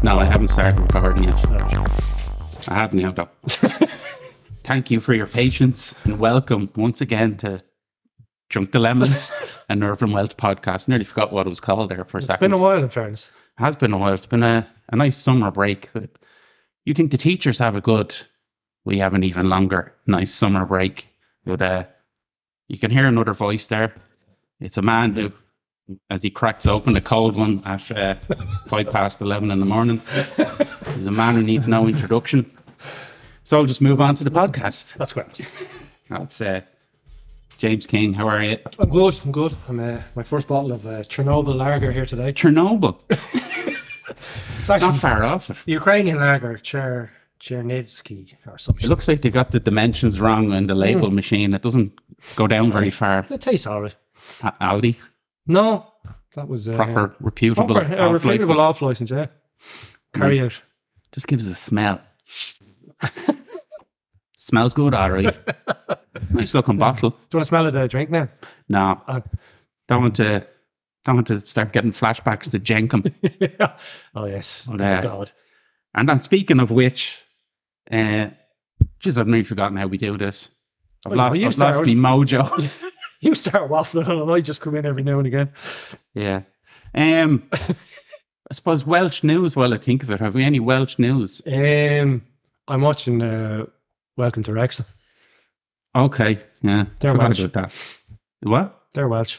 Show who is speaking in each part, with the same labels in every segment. Speaker 1: start recording it. I have now, though. Thank you for your patience and welcome once again to Drunk Dilemmas, an urban wealth podcast. Nearly forgot what it was called there for a
Speaker 2: It's been
Speaker 1: second.
Speaker 2: a while, in fairness.
Speaker 1: it has been a while. It's been a, a nice summer break. But you think the teachers have a good, we have an even longer, nice summer break. But uh, you can hear another voice there. It's a man who, as he cracks open a cold one at uh, five past 11 in the morning, he's a man who needs no introduction. So I'll just move on to the podcast.
Speaker 2: That's great.
Speaker 1: That's uh, James King. How are you?
Speaker 2: I'm good. I'm good. I'm uh, my first bottle of uh, Chernobyl lager here today.
Speaker 1: Chernobyl.
Speaker 2: It's actually
Speaker 1: Not far off.
Speaker 2: the Ukrainian lager, Cher Chernivsky or
Speaker 1: It
Speaker 2: something.
Speaker 1: looks like they got the dimensions wrong on the label
Speaker 2: Hmm.
Speaker 1: machine. It doesn't go down very far.
Speaker 2: It tastes alright.
Speaker 1: A- Aldi,
Speaker 2: No, that was uh,
Speaker 1: proper, reputable,
Speaker 2: proper uh,
Speaker 1: off
Speaker 2: reputable
Speaker 1: license.
Speaker 2: off license. Yeah, carry
Speaker 1: Nice.
Speaker 2: out.
Speaker 1: Just gives a smell. Smells good, all right. nice looking bottle.
Speaker 2: Do you want to smell it? Uh, drink now.
Speaker 1: No,
Speaker 2: Uh,
Speaker 1: don't want to. Don't want to start getting flashbacks to Jenkum.
Speaker 2: Oh yes.
Speaker 1: Well,
Speaker 2: Dear
Speaker 1: uh,
Speaker 2: God.
Speaker 1: and then speaking of which, uh, geez, I've nearly forgotten how we do this. I've
Speaker 2: Well,
Speaker 1: lost,
Speaker 2: you
Speaker 1: I've lost
Speaker 2: started.
Speaker 1: me mojo.
Speaker 2: You start waffling and I just come in every now and again.
Speaker 1: Yeah. Um, I suppose Welsh news. While I think of it, have we any Welsh news?
Speaker 2: Um, I'm watching uh, Welcome to Wrexham.
Speaker 1: Okay. Yeah.
Speaker 2: They're
Speaker 1: forgot
Speaker 2: Welsh.
Speaker 1: about that. What?
Speaker 2: They're Welsh.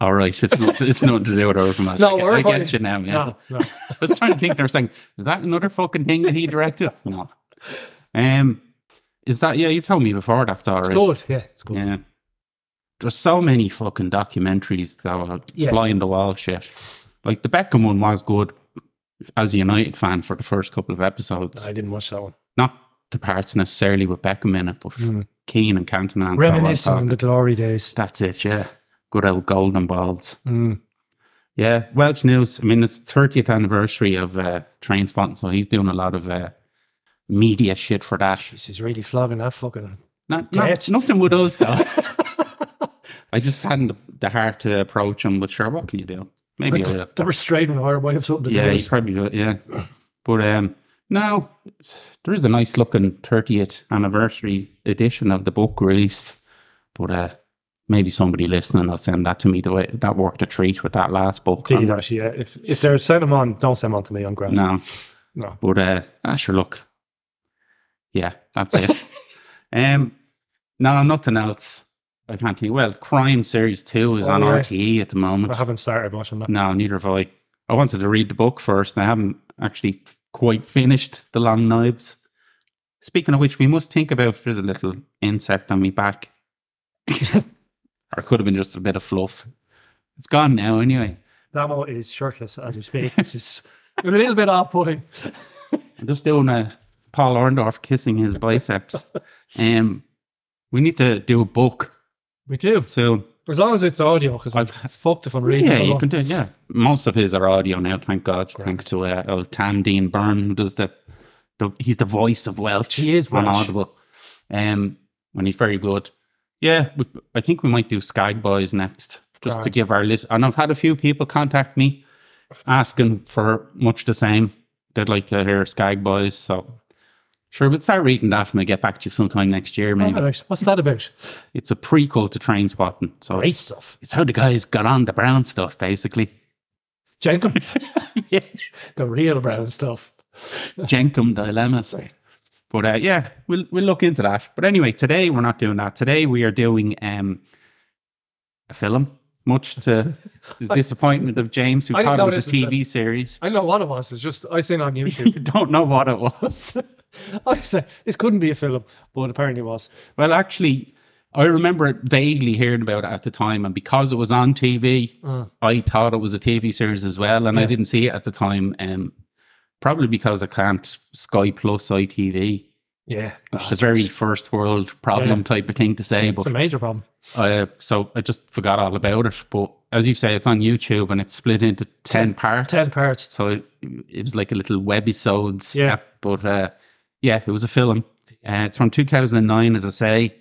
Speaker 1: All right. It's not. It's nothing to do with Irvine. Welsh.
Speaker 2: No,
Speaker 1: I, get- I
Speaker 2: Irvine-
Speaker 1: get you now. Yeah.
Speaker 2: No, no.
Speaker 1: I was trying to think. They're saying, is that another fucking thing that he directed? No. Um, is that? Yeah, you've told me before. That's all right.
Speaker 2: Good. Yeah, it's good.
Speaker 1: Yeah. There's so many fucking documentaries that were
Speaker 2: Yeah.
Speaker 1: flying the wall shit. Like the Beckham one was good as a United fan for the first couple of episodes.
Speaker 2: I didn't watch that one.
Speaker 1: not the parts necessarily with Beckham in it, but
Speaker 2: Mm.
Speaker 1: Keane and Cantona. And so on.
Speaker 2: Reminiscent of the glory days.
Speaker 1: That's it, yeah. Good old golden balls.
Speaker 2: Mm.
Speaker 1: Yeah, Welsh News. I mean, it's 30th anniversary of uh, Train Spotting, so he's doing a lot of uh, media shit for that.
Speaker 2: This is really flogging that fucking.
Speaker 1: Not, not,
Speaker 2: Dead.
Speaker 1: nothing with us, though. I just hadn't the- the heart to approach him, but sure, what can you do? Maybe I will.
Speaker 2: the restraining order might have something to
Speaker 1: Yeah,
Speaker 2: do
Speaker 1: he
Speaker 2: with it.
Speaker 1: probably do it, yeah. But um now there is a nice looking thirtieth anniversary edition of the book released. But uh maybe somebody listening will send that to me the way that worked a treat with that last book.
Speaker 2: Did you actually, yeah. If, if they're sending them on, don't send them on to me. I'm grand.
Speaker 1: No.
Speaker 2: No.
Speaker 1: But uh ah, sure look. Yeah, that's it. um no nothing else. I can't think. Well, Crime Series Two is
Speaker 2: Oh,
Speaker 1: on
Speaker 2: yeah.
Speaker 1: RTE at the moment.
Speaker 2: I haven't started watching that.
Speaker 1: No, neither have I. I wanted to read the book first, and I haven't actually quite finished The Long Knives. Speaking of which, we must think about if there's a little insect on me back. or it could have been just a bit of fluff. It's gone now, anyway.
Speaker 2: Damo is shirtless as we speak, which is a little bit off putting.
Speaker 1: I'm just doing a Paul Orndorff kissing his biceps. um, we need to do a book
Speaker 2: We do.
Speaker 1: soon.
Speaker 2: As long as it's audio, because I've
Speaker 1: I've-
Speaker 2: fucked if I'm reading
Speaker 1: Yeah,
Speaker 2: it
Speaker 1: you
Speaker 2: alone.
Speaker 1: can do it. Yeah, most of his are audio now. Thank God, thanks to uh, old Tam Dean Byrne, who does the, the he's the voice of Welsh.
Speaker 2: He is
Speaker 1: on
Speaker 2: Welsh.
Speaker 1: Audible, um, and he's very good. Yeah, we, I think we might do Sky Boys next, just to
Speaker 2: Grand.
Speaker 1: give our list. And I've had a few people contact me asking for much the same. They'd like to hear Sky Boys, so. Sure, we'll start reading that when I get back to you sometime next year, maybe.
Speaker 2: Alright, What's that about?
Speaker 1: It's a prequel to Train Spotting. So
Speaker 2: Great
Speaker 1: it's,
Speaker 2: stuff.
Speaker 1: it's how the guys got on the brown stuff, basically.
Speaker 2: Jenkum. The real brown stuff.
Speaker 1: Jenkum dilemmas. But uh, yeah, we'll we'll look into that. But anyway, today we're not doing that. Today we are doing um, a film, much to the disappointment of James, who
Speaker 2: I didn't
Speaker 1: thought it was a
Speaker 2: notice it
Speaker 1: TV series.
Speaker 2: I don't know what it was. It's just, I seen it on YouTube.
Speaker 1: You don't know what it was.
Speaker 2: I said this couldn't be a film, but apparently it was.
Speaker 1: Well, actually, I remember vaguely hearing about it at the time, and because it was on TV,
Speaker 2: Mm.
Speaker 1: I thought it was a TV series as well, and I didn't see it at the time. Um, probably because I can't Sky Plus ITV.
Speaker 2: Yeah,
Speaker 1: It's a very first world problem
Speaker 2: Yeah.
Speaker 1: type of thing to say,
Speaker 2: it's
Speaker 1: but
Speaker 2: a major problem.
Speaker 1: uh, so I just forgot all about it. But as you say, it's on YouTube and it's split into ten parts.
Speaker 2: Ten parts.
Speaker 1: So it, it was like a little webisodes.
Speaker 2: Yeah.
Speaker 1: But uh, yeah, it was a film. Uh, it's from 2009, as I say.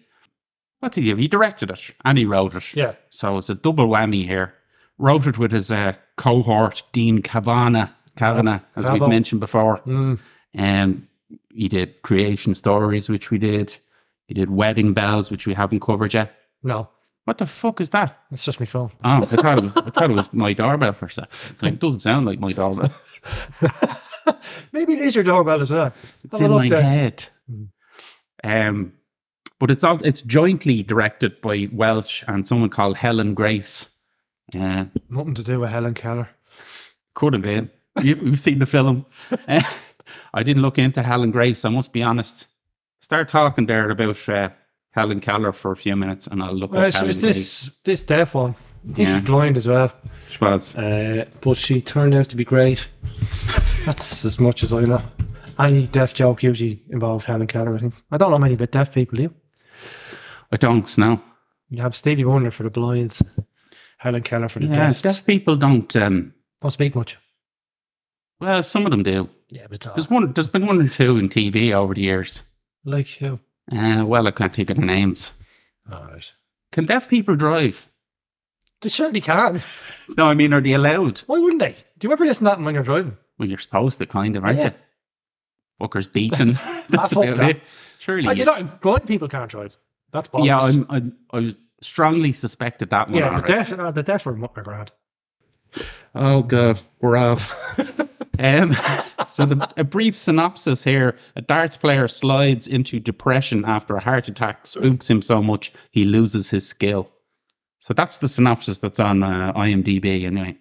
Speaker 1: What did he? He directed it and he wrote it.
Speaker 2: Yeah,
Speaker 1: So it's a double whammy here. Wrote it with his uh, cohort Dean Cavana Kavanagh, as we've
Speaker 2: Cavan.
Speaker 1: mentioned before.
Speaker 2: Mm.
Speaker 1: Um, he did Creation Stories, which we did. He did Wedding Bells, which we haven't covered yet.
Speaker 2: No,
Speaker 1: What the fuck is that?
Speaker 2: it's just me phone.
Speaker 1: Oh, I thought it was, I thought it was my doorbell for a sec. Like, it doesn't sound like my doorbell.
Speaker 2: Maybe it is your doorbell as well.
Speaker 1: It's
Speaker 2: Have a
Speaker 1: in
Speaker 2: look
Speaker 1: my
Speaker 2: there.
Speaker 1: head.
Speaker 2: Mm.
Speaker 1: Um, but it's all it's jointly directed by Welsh and someone called Helen Grace. Uh,
Speaker 2: Nothing to do with Helen Keller.
Speaker 1: could have been. You- You've seen the film. Uh, I didn't look into Helen Grace. I must be honest. Start talking there about uh, Helen Keller for a few minutes, and I'll look
Speaker 2: Well,
Speaker 1: at
Speaker 2: she
Speaker 1: Helen
Speaker 2: was
Speaker 1: Grace.
Speaker 2: Uh, this this deaf one. I think
Speaker 1: Yeah.
Speaker 2: she's blind as well.
Speaker 1: She was.
Speaker 2: Uh, but she turned out to be great. That's as much as I know. Any deaf joke usually involves Helen Keller, I think. I don't know many but deaf people, do you?
Speaker 1: I don't know.
Speaker 2: You have Stevie Wonder for the blinds, Helen Keller for the
Speaker 1: Yeah,
Speaker 2: deaf.
Speaker 1: deaf people don't. Um,
Speaker 2: Don't speak much.
Speaker 1: well, some of them do.
Speaker 2: Yeah, but uh, it's all
Speaker 1: There's one. There's been one or two in TV over the years.
Speaker 2: like who?
Speaker 1: Uh, well, I can't think of the names.
Speaker 2: All right.
Speaker 1: Can deaf people drive?
Speaker 2: They certainly can.
Speaker 1: No, I mean, are they allowed?
Speaker 2: Why wouldn't they? Do you ever listen to that when you're driving?
Speaker 1: Well, you're supposed to, kind of, aren't
Speaker 2: Yeah.
Speaker 1: you? Fuckers beeping. That's
Speaker 2: I fucked
Speaker 1: about
Speaker 2: that.
Speaker 1: it. Surely.
Speaker 2: Like,
Speaker 1: you-
Speaker 2: you know, blind people can't drive. That's bollocks.
Speaker 1: yeah, I'm, I'm, I was strongly suspected that one.
Speaker 2: yeah, the
Speaker 1: alright.
Speaker 2: deaf, uh, the deaf are much grand.
Speaker 1: Oh, God, we're off. um, so, the, a brief synopsis here a darts player slides into depression after a heart attack spooks him so much he loses his skill. So, that's the synopsis that's on uh, IMDb, anyway.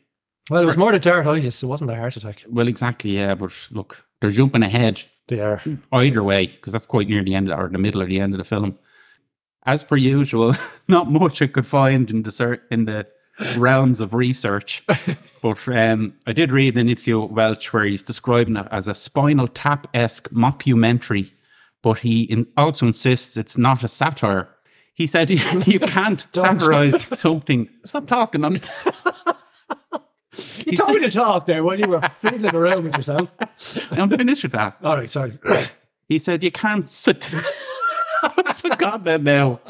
Speaker 2: Well, it was more the dartitis. It wasn't a heart attack.
Speaker 1: Well, exactly, yeah, but look, they're jumping ahead.
Speaker 2: They are.
Speaker 1: either way, because that's quite near the end or the middle or the end of the film. As per usual, not much I could find in the cer- in the realms of research, but um, I did read an interview with Welch where he's describing it as a Spinal Tap esque mockumentary, but he in- also insists it's not a satire. He said you can't
Speaker 2: Don't.
Speaker 1: satirize something. Stop talking. I'm
Speaker 2: You told me to talk there when you were fiddling around with yourself.
Speaker 1: I'm finished with that.
Speaker 2: All right, sorry.
Speaker 1: He said you can't sit. I forgot that now.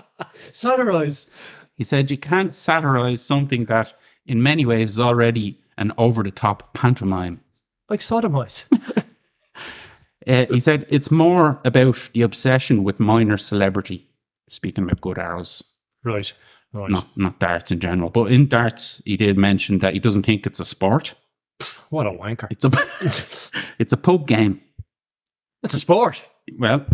Speaker 2: Satirise.
Speaker 1: He said, You can't satirize something that, in many ways, is already an over the top pantomime.
Speaker 2: Like sodomise.
Speaker 1: Uh, he said, It's more about the obsession with minor celebrity. Speaking about good arrows,
Speaker 2: right. Right.
Speaker 1: not, not darts in general. But in darts, he did mention that he doesn't think it's a sport.
Speaker 2: What a wanker.
Speaker 1: It's a, it's a pub game.
Speaker 2: It's a sport.
Speaker 1: Well,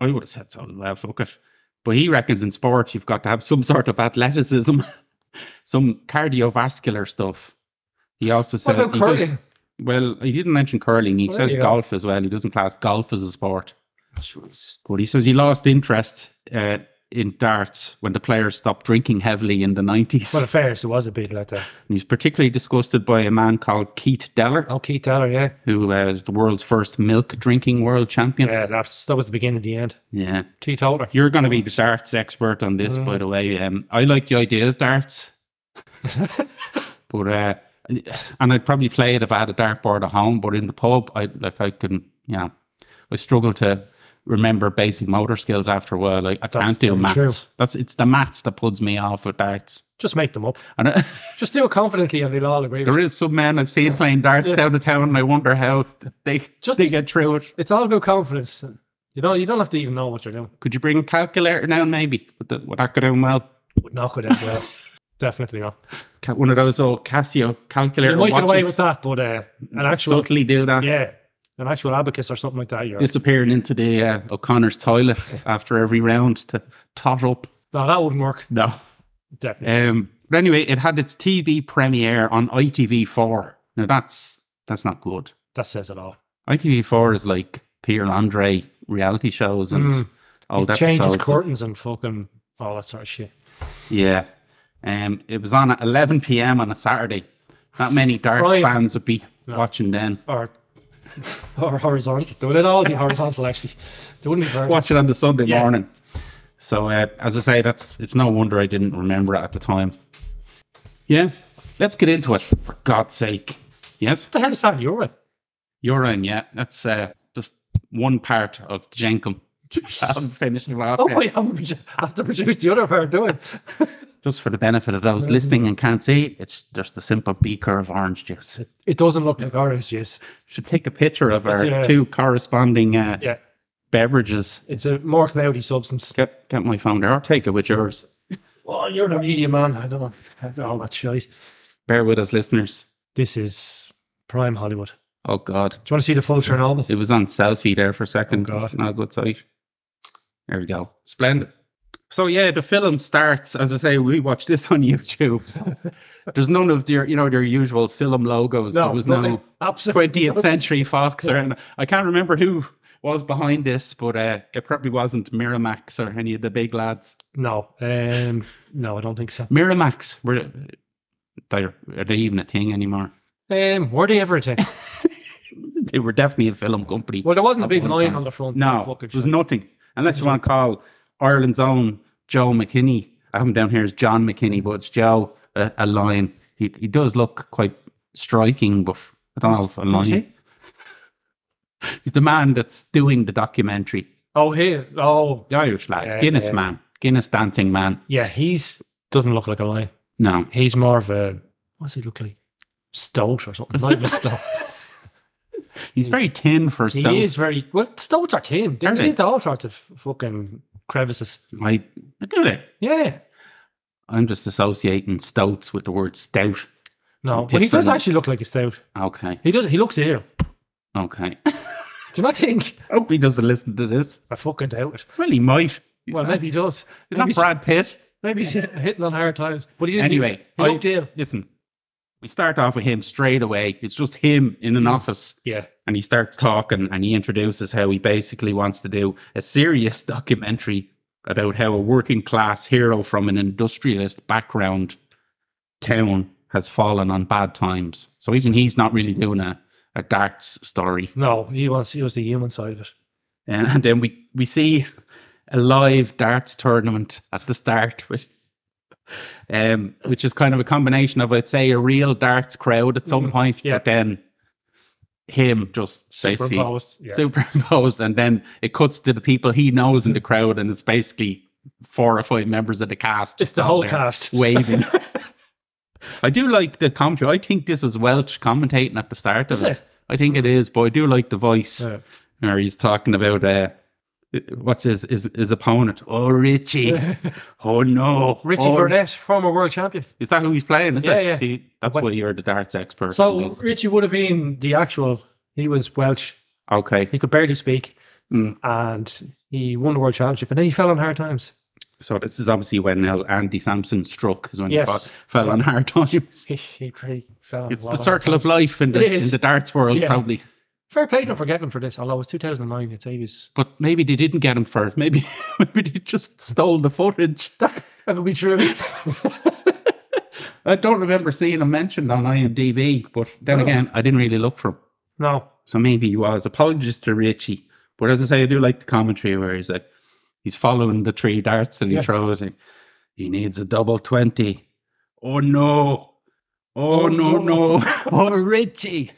Speaker 1: I would have said so. Well, fuck it. But he reckons in sport, you've got to have some sort of athleticism, some cardiovascular stuff. He also
Speaker 2: What
Speaker 1: said
Speaker 2: about
Speaker 1: he does-
Speaker 2: curling?
Speaker 1: Well, he didn't mention curling. He
Speaker 2: Well, there
Speaker 1: says
Speaker 2: you go.
Speaker 1: golf as well. He doesn't class golf as a sport. But he says he lost interest uh, in darts when the players stopped drinking heavily in the 90s.
Speaker 2: Well, affairs, it was a uh, big letter.
Speaker 1: And he's particularly disgusted by a man called Keith Deller,
Speaker 2: Oh, Keith Teller, yeah.
Speaker 1: who uh, is the world's first milk drinking world champion. Yeah.
Speaker 2: Yeah, that's, that was the beginning of the end. Teetotaler.
Speaker 1: You're going to be the darts expert on this, by the way. Um, I like the idea of darts. but, uh, and I'd probably play it if I had a dartboard at home, but in the pub, I like, I can, you know, I struggle to remember basic motor skills after a while. I, I can't do
Speaker 2: very
Speaker 1: maths.
Speaker 2: true.
Speaker 1: That's It's the maths that puts me off with darts.
Speaker 2: Just make them up.
Speaker 1: And uh,
Speaker 2: Just do it confidently and they'll all agree. with
Speaker 1: there
Speaker 2: you.
Speaker 1: is some men I've seen playing darts down the town, and I wonder how they
Speaker 2: Just-
Speaker 1: just they get through it.
Speaker 2: It's all about confidence. You don't, you don't have to even know what you're doing.
Speaker 1: Could you bring a calculator down, maybe? Would that, would that go down well?
Speaker 2: Would not go down well. Definitely not.
Speaker 1: Ca- One of those old Casio calculator
Speaker 2: You might get away
Speaker 1: watches.
Speaker 2: with that, but uh, an actual
Speaker 1: subtly do that,
Speaker 2: yeah, an actual abacus or something like that. You're,
Speaker 1: disappearing into the uh, O'Connor's toilet after every round to tot up.
Speaker 2: no, that wouldn't work.
Speaker 1: No.
Speaker 2: Definitely.
Speaker 1: Um, but anyway, it had its TV premiere on ITV4. Now that's that's not good.
Speaker 2: That says it all.
Speaker 1: ITV4 is like Pierre Andre reality shows and
Speaker 2: Mm.
Speaker 1: old
Speaker 2: he changes
Speaker 1: episodes.
Speaker 2: curtains and fucking all that sort of shit.
Speaker 1: yeah. Um, it was on at 11 p.m. on a Saturday. Not many darts
Speaker 2: Right.
Speaker 1: fans would be watching then.
Speaker 2: Or or horizontal. They would all be horizontal actually. They wouldn't be vertical.
Speaker 1: Watch it on the Sunday
Speaker 2: Yeah.
Speaker 1: morning. So uh, as I say, that's it's no wonder I didn't remember it at the time. Yeah, let's get into it for God's sake. Yes,
Speaker 2: What the hell is that You're
Speaker 1: you're in. Yeah, that's uh, just one part of Jenkum. I haven't finished it off
Speaker 2: Oh,
Speaker 1: yet.
Speaker 2: I haven't produ- I have to produce the other part, do I?
Speaker 1: just for the benefit of those listening and can't see, it's just a simple beaker of orange juice.
Speaker 2: It doesn't look like orange juice.
Speaker 1: Should take a picture of our
Speaker 2: Yeah.
Speaker 1: two corresponding uh,
Speaker 2: Yeah,
Speaker 1: beverages.
Speaker 2: it's a more cloudy substance.
Speaker 1: Get get my phone there. I'll take it with yours.
Speaker 2: Well, you're the media man. I don't know. That's all that shite.
Speaker 1: Bear with us, listeners.
Speaker 2: This is prime Hollywood.
Speaker 1: Oh God,
Speaker 2: Do you want to see the full Chernobyl?
Speaker 1: it was on selfie there for a second.
Speaker 2: Oh, God.
Speaker 1: It's not a good sight. There we go. Splendid. So yeah, the film starts. As I say, we watched this on YouTube. So there's none of their, you know, their usual film logos. there was no
Speaker 2: Absolutely.
Speaker 1: 20th Century Fox, or and I can't remember who was behind this, but uh, it probably wasn't Miramax or any of the big lads.
Speaker 2: No, um, no, I don't think so.
Speaker 1: Miramax, were they, are they even a thing anymore?
Speaker 2: Um, were they ever a thing?
Speaker 1: They were definitely a film company.
Speaker 2: Well, there wasn't a
Speaker 1: At
Speaker 2: big
Speaker 1: one
Speaker 2: line
Speaker 1: time.
Speaker 2: on the front.
Speaker 1: No,
Speaker 2: Fucking
Speaker 1: it was
Speaker 2: shite.
Speaker 1: nothing. Unless you want to call Ireland's own Joe McKinney. I have him down here as John McKinney, but it's Joe a, a lion. He he does look quite striking, but f- I don't know if a
Speaker 2: who's
Speaker 1: lion. He's the man that's doing the documentary.
Speaker 2: Oh, here. Oh,
Speaker 1: The Irish lad,
Speaker 2: Yeah,
Speaker 1: Guinness
Speaker 2: yeah.
Speaker 1: man, Guinness dancing man.
Speaker 2: yeah. He's doesn't look like a lion.
Speaker 1: No,
Speaker 2: He's more of a what's he look like? Stoat or something? Not even stoat.
Speaker 1: he's very thin for a
Speaker 2: He
Speaker 1: stone.
Speaker 2: is very well. Stoats are tame. They're
Speaker 1: Are they?
Speaker 2: into all sorts of fucking crevices.
Speaker 1: I, I do it.
Speaker 2: Yeah.
Speaker 1: I'm just associating stoats with the word stout.
Speaker 2: No,
Speaker 1: Some
Speaker 2: but he
Speaker 1: pit for
Speaker 2: does
Speaker 1: them.
Speaker 2: actually look like a stoat.
Speaker 1: Okay,
Speaker 2: He does. He looks ill.
Speaker 1: okay.
Speaker 2: Do you not think?
Speaker 1: Hope he doesn't listen to this.
Speaker 2: I fucking doubt it.
Speaker 1: Well, he might. He's
Speaker 2: well,
Speaker 1: not-
Speaker 2: maybe he does.
Speaker 1: Isn't that
Speaker 2: Maybe,
Speaker 1: Brad Pitt?
Speaker 2: maybe he's hitting on hard times. But he didn't.
Speaker 1: Anyway,
Speaker 2: he
Speaker 1: I-
Speaker 2: looked ill.
Speaker 1: Listen, we start off with him straight away. It's just him in an office,
Speaker 2: Yeah.
Speaker 1: and he starts talking and he introduces how he basically wants to do a serious documentary about how a working class hero from an industrialist background town has fallen on bad times. So even he's not really doing a, a darts story.
Speaker 2: No, he was. He was the human side of it.
Speaker 1: And, and then we, we see a live darts tournament at the start, which, um, which is kind of a combination of, I'd say, a real darts crowd at some point,
Speaker 2: Mm-hmm. yeah.
Speaker 1: but then him just basically
Speaker 2: Superimposed. Yeah.
Speaker 1: superimposed. And then it cuts to the people he knows in the crowd, and it's basically four or five members of the cast.
Speaker 2: It's
Speaker 1: just
Speaker 2: the
Speaker 1: all
Speaker 2: whole
Speaker 1: there
Speaker 2: cast.
Speaker 1: Waving. I do like the commentary. I think this is Welch commentating at the start of
Speaker 2: Is
Speaker 1: it.
Speaker 2: it?
Speaker 1: I think it is, but I do like the voice
Speaker 2: Yeah.
Speaker 1: where he's talking about uh, what's his, his his opponent. Oh Richie, oh no,
Speaker 2: Richie
Speaker 1: oh,
Speaker 2: Burnett, former world champion.
Speaker 1: Is that who he's playing? Is
Speaker 2: Yeah,
Speaker 1: it?
Speaker 2: yeah.
Speaker 1: See, that's
Speaker 2: What-
Speaker 1: why you're the darts expert.
Speaker 2: So Richie would have been the actual. He was Welsh.
Speaker 1: okay,
Speaker 2: He could barely speak,
Speaker 1: Mm.
Speaker 2: and he won the world championship. And then he fell on hard times.
Speaker 1: so this is obviously when uh, Andy Sampson struck, is when
Speaker 2: Yes.
Speaker 1: he fought, fell on hard times.
Speaker 2: He, he pretty fell. on a
Speaker 1: It's
Speaker 2: lot
Speaker 1: the circle of
Speaker 2: hard times.
Speaker 1: life in the
Speaker 2: It is.
Speaker 1: in the darts world,
Speaker 2: Yeah.
Speaker 1: probably.
Speaker 2: Fair play, don't forget him for this. Although it was 2009, it's he was.
Speaker 1: But maybe they didn't get him for it. Maybe maybe they just stole the footage.
Speaker 2: That, that could be true.
Speaker 1: I don't remember seeing him mentioned on IMDb, but then again, I didn't really look for him.
Speaker 2: no,
Speaker 1: So maybe he was. Apologies to Richie. But as I say, I do like the commentary where he's like, he's following the three darts that he
Speaker 2: Yeah.
Speaker 1: throws. And he needs a double 20. Oh, no. Oh,
Speaker 2: Oh,
Speaker 1: no,
Speaker 2: no.
Speaker 1: no. oh, Richie.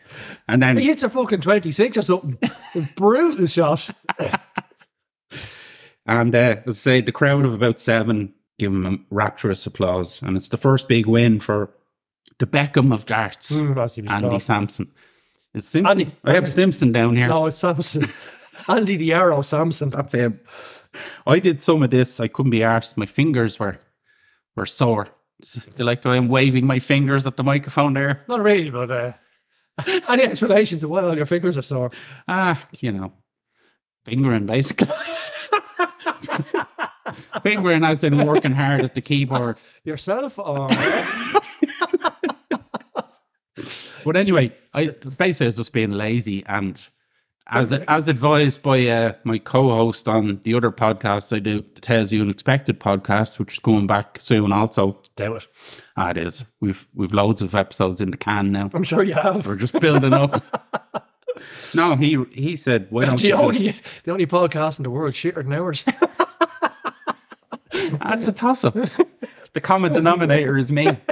Speaker 1: And then
Speaker 2: he hits a fucking 26 or something. A brutal shot.
Speaker 1: And uh, as I say, the crowd of about seven give him a rapturous applause. And it's the first big win for the Beckham of darts,
Speaker 2: Mm, that's he was
Speaker 1: Andy
Speaker 2: called.
Speaker 1: Sampson. Is Simpson?
Speaker 2: Andy-
Speaker 1: I have Simpson down here.
Speaker 2: No, it's Oh, Samson. Andy the Arrow Samson.
Speaker 1: That's him. I did some of this. I couldn't be arsed. My fingers were were sore. Do you like the way I'm waving my fingers at the microphone there?
Speaker 2: Not really, but uh, any explanation to why all your fingers are sore?
Speaker 1: Ah, you know, fingering basically. fingering as in working hard at the keyboard.
Speaker 2: Yourself or
Speaker 1: But anyway, I basically I was just being lazy and as as advised by uh, my co-host on the other podcast I do, the Tales You Unexpected podcast, which is going back soon also.
Speaker 2: do it.
Speaker 1: Ah, it is. We've we've loads of episodes in the can now.
Speaker 2: I'm sure you have.
Speaker 1: We're just building up. no, he he said, why don't
Speaker 2: The
Speaker 1: you
Speaker 2: only,
Speaker 1: just,
Speaker 2: the only podcast in the world shitter than ours.
Speaker 1: that's a toss up. the common denominator is me.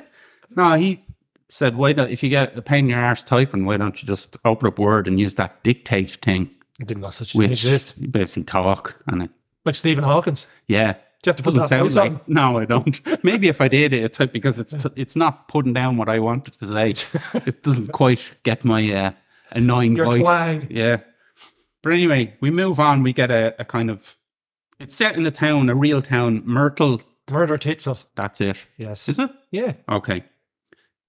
Speaker 1: No, he said, why don't if you get a pain in your arse typing, why don't you just open up Word and use that dictate thing,
Speaker 2: I didn't know such a thing
Speaker 1: which
Speaker 2: exist.
Speaker 1: you basically talk and it,
Speaker 2: Like Stephen Hawkins.
Speaker 1: yeah.
Speaker 2: you have to put
Speaker 1: Doesn't
Speaker 2: that
Speaker 1: sound
Speaker 2: voice on?
Speaker 1: like. No, I don't. Maybe if I did it, it- because it's it's not putting down what I wanted to say. It doesn't quite get my uh, annoying
Speaker 2: Your
Speaker 1: voice.
Speaker 2: twang.
Speaker 1: Yeah. But anyway, we move on. We get a, a kind of. It's set in a town, a real town, Myrtle.
Speaker 2: Murder titful.
Speaker 1: That's it.
Speaker 2: Yes.
Speaker 1: Is it?
Speaker 2: Yeah.
Speaker 1: Okay.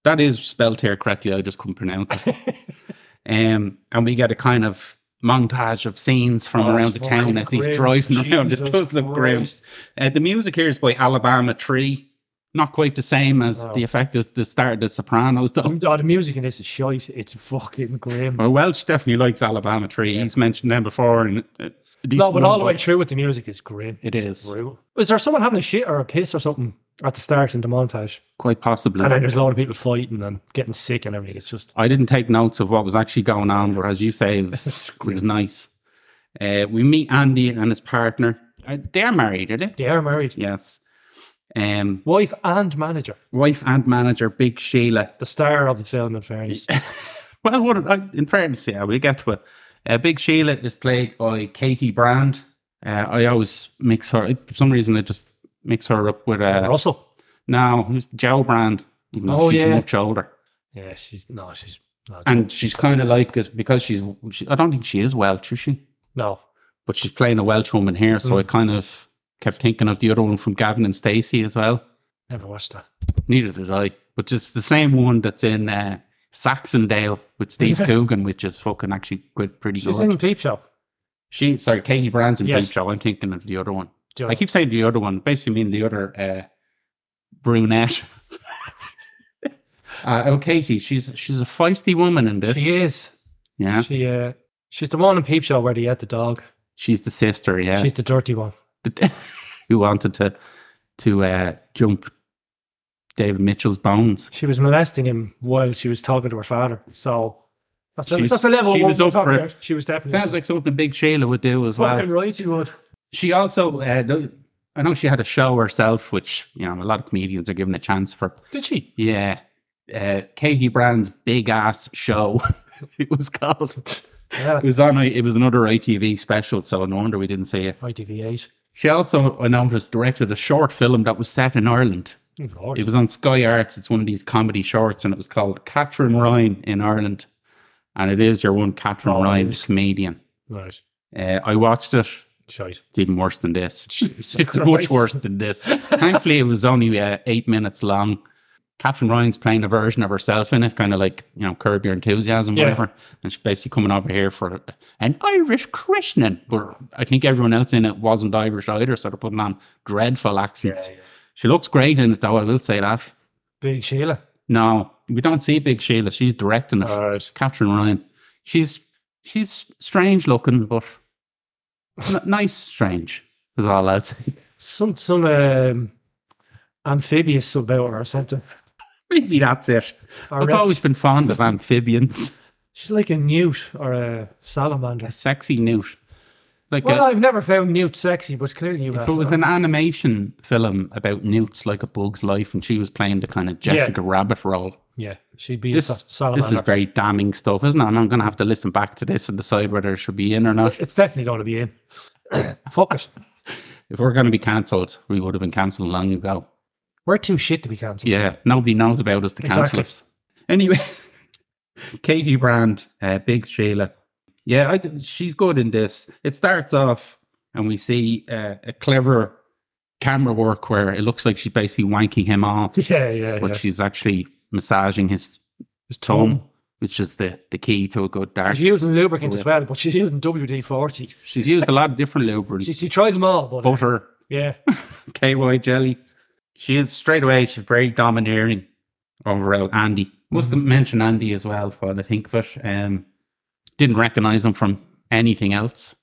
Speaker 1: That is spelled here correctly. I just couldn't pronounce it. um, and we get a kind of montage of scenes from
Speaker 2: Oh,
Speaker 1: around
Speaker 2: that's
Speaker 1: the town
Speaker 2: fucking
Speaker 1: as he's
Speaker 2: grim.
Speaker 1: driving around. It
Speaker 2: Jesus
Speaker 1: does look grim.
Speaker 2: Christ.
Speaker 1: Uh, the music here is by Alabama Tree. Not quite the same as
Speaker 2: No.
Speaker 1: the effect as the start of The Sopranos, though.
Speaker 2: Um, Oh, the music in this is shite. It's fucking grim.
Speaker 1: Well, Welch definitely likes Alabama Tree. He's mentioned them before. And uh, at least
Speaker 2: No, but
Speaker 1: one
Speaker 2: all the way
Speaker 1: book.
Speaker 2: through with the music is grim.
Speaker 1: It is
Speaker 2: Brutal. Is there someone having a shit or a piss or something at the start in the montage?
Speaker 1: quite possibly.
Speaker 2: And then there's a lot of people fighting and getting sick and everything. It's just
Speaker 1: I didn't take notes of what was actually going on, but as you say, it was, it was nice. Uh, we meet Andy and his partner. Uh, they're married, are they?
Speaker 2: they are married.
Speaker 1: Yes. Um,
Speaker 2: Wife and manager,
Speaker 1: wife and manager, Big Sheila.
Speaker 2: the star of the film, in fairness.
Speaker 1: Well, what I, in fairness, yeah, we'll get to it. Uh, Big Sheila is played by Katie Brand. Uh, I always mix her. For some reason, I just mix her up with uh,
Speaker 2: Russell.
Speaker 1: no, who's Joe Brand. even though
Speaker 2: Oh,
Speaker 1: she's
Speaker 2: yeah.
Speaker 1: much older,
Speaker 2: Yeah, she's no, she's no,
Speaker 1: and she's kind of like us because she's. She, I don't think she is Welsh, is she?
Speaker 2: no.
Speaker 1: But she's playing a Welsh woman here, so I
Speaker 2: Mm.
Speaker 1: kind of kept thinking of the other one from Gavin and Stacey as well.
Speaker 2: Never watched that.
Speaker 1: Neither did I. But it's the same one that's in uh, Saxondale with Steve Coogan, which is fucking actually quite pretty
Speaker 2: She's
Speaker 1: good.
Speaker 2: in Peep Show.
Speaker 1: she sorry, Katie Brand's in
Speaker 2: Yes.
Speaker 1: Deep Show. I'm thinking of the other one.
Speaker 2: Do you
Speaker 1: I
Speaker 2: know?
Speaker 1: keep saying the other one. Basically, mean the other uh, brunette. uh, oh, Katie, she's she's a feisty woman in this.
Speaker 2: she is.
Speaker 1: Yeah,
Speaker 2: She uh, she's the one in Peep Show where they had the dog.
Speaker 1: she's the sister. Yeah,
Speaker 2: She's the dirty one.
Speaker 1: who wanted to to uh, jump David Mitchell's bones.
Speaker 2: She was molesting him while she was talking to her father. So that's, the,
Speaker 1: She's-
Speaker 2: that's the level
Speaker 1: she
Speaker 2: one
Speaker 1: was
Speaker 2: we're
Speaker 1: up
Speaker 2: talking
Speaker 1: for it.
Speaker 2: about. She was definitely
Speaker 1: Sounds like something Big Sheila would do as well.
Speaker 2: fucking right. She would.
Speaker 1: She also, uh, th- I know she had a show herself, which you know a lot of comedians are given a chance for.
Speaker 2: Did she?
Speaker 1: Yeah, uh, Katie Brand's big ass show. it was called.
Speaker 2: Yeah.
Speaker 1: It was on. It was another ITV special, so no wonder we didn't see it.
Speaker 2: ITV8.
Speaker 1: She also, uh, I noticed, directed a short film that was set in Ireland.
Speaker 2: Good Lord.
Speaker 1: It was on Sky Arts. It's one of these comedy shorts, and it was called Catherine Ryan in Ireland. And it is your one Catherine
Speaker 2: Oh, it
Speaker 1: Ryan's
Speaker 2: is.
Speaker 1: comedian.
Speaker 2: Right.
Speaker 1: Uh, I watched it.
Speaker 2: Shite.
Speaker 1: It's even worse than this.
Speaker 2: Jesus
Speaker 1: it's much
Speaker 2: Christ.
Speaker 1: worse than this. Thankfully, it was only uh, eight minutes long. Catherine Ryan's playing a version of herself in it, kind of like you know, curb your enthusiasm,
Speaker 2: Yeah.
Speaker 1: whatever. And she's basically coming over here for an Irish christening. But I think everyone else in it wasn't Irish either, so they're putting on dreadful accents. She looks great in it, though. I will say that.
Speaker 2: Big Sheila.
Speaker 1: No, we don't see Big Sheila. She's directing it.
Speaker 2: All right.
Speaker 1: Catherine Ryan. She's she's strange looking, but n- nice strange. Is all I'd say.
Speaker 2: Some some um, amphibious about her or something.
Speaker 1: Maybe that's it.
Speaker 2: Or
Speaker 1: I've
Speaker 2: rep-
Speaker 1: always been fond of amphibians.
Speaker 2: She's like a newt or a salamander.
Speaker 1: A sexy newt. Like
Speaker 2: Well,
Speaker 1: a,
Speaker 2: I've never found newt sexy, but clearly you
Speaker 1: if
Speaker 2: have.
Speaker 1: it was an animation film about newts like a bug's life and she was playing the kind of Jessica Rabbit role.
Speaker 2: yeah, she'd be
Speaker 1: This,
Speaker 2: a sa-
Speaker 1: this
Speaker 2: salamander.
Speaker 1: is very damning stuff, isn't it? And I'm going to have to listen back to this and decide whether it should be in or not.
Speaker 2: it's definitely going to be in. Fuck it.
Speaker 1: If we're going to be cancelled, we would have been cancelled long ago.
Speaker 2: We're too shit to be cancelled.
Speaker 1: Yeah, nobody knows about us. The
Speaker 2: Exactly.
Speaker 1: cancel us. Anyway, Katie Brand, uh, Big Sheila. Yeah, I, d- she's good in this. It starts off, and we see uh, a clever camera work where it looks like she's basically wanking him off,
Speaker 2: Yeah, yeah,
Speaker 1: but
Speaker 2: yeah.
Speaker 1: she's actually massaging his
Speaker 2: It's
Speaker 1: tongue, which is the, the key to a good dart.
Speaker 2: She's using lubricant as well, but she's using WD forty.
Speaker 1: She's used a lot of different lubricants,
Speaker 2: She, she tried them all, but
Speaker 1: butter,
Speaker 2: yeah,
Speaker 1: KY jelly. She is straight away. She's very domineering overall. Andy must have mentioned Andy as well. While I think of it, um, didn't recognize him from anything else.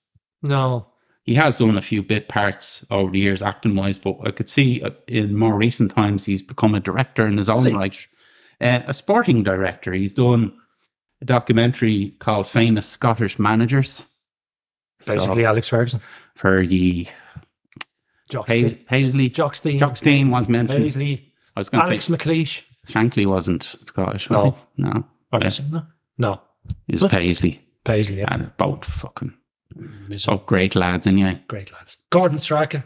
Speaker 2: no,
Speaker 1: He has done a few bit parts over the years, acting wise, but I could see uh, in more recent times he's become a director in his own right, uh, a sporting director. He's done a documentary called "Famous Scottish Managers."
Speaker 2: basically
Speaker 1: so,
Speaker 2: Alex Ferguson,
Speaker 1: Fergie Pais-
Speaker 2: Jockstein,
Speaker 1: Paisley.
Speaker 2: Jockstein,
Speaker 1: Jockstein was mentioned.
Speaker 2: Paisley,
Speaker 1: I was going to say
Speaker 2: Alex McLeish.
Speaker 1: Shankly wasn't Scottish, was
Speaker 2: No.
Speaker 1: he? No.
Speaker 2: No, no,
Speaker 1: He was Paisley.
Speaker 2: Paisley. Yeah.
Speaker 1: And both fucking
Speaker 2: He's a
Speaker 1: so great lads anyway.
Speaker 2: Great lads. Gordon Strachan.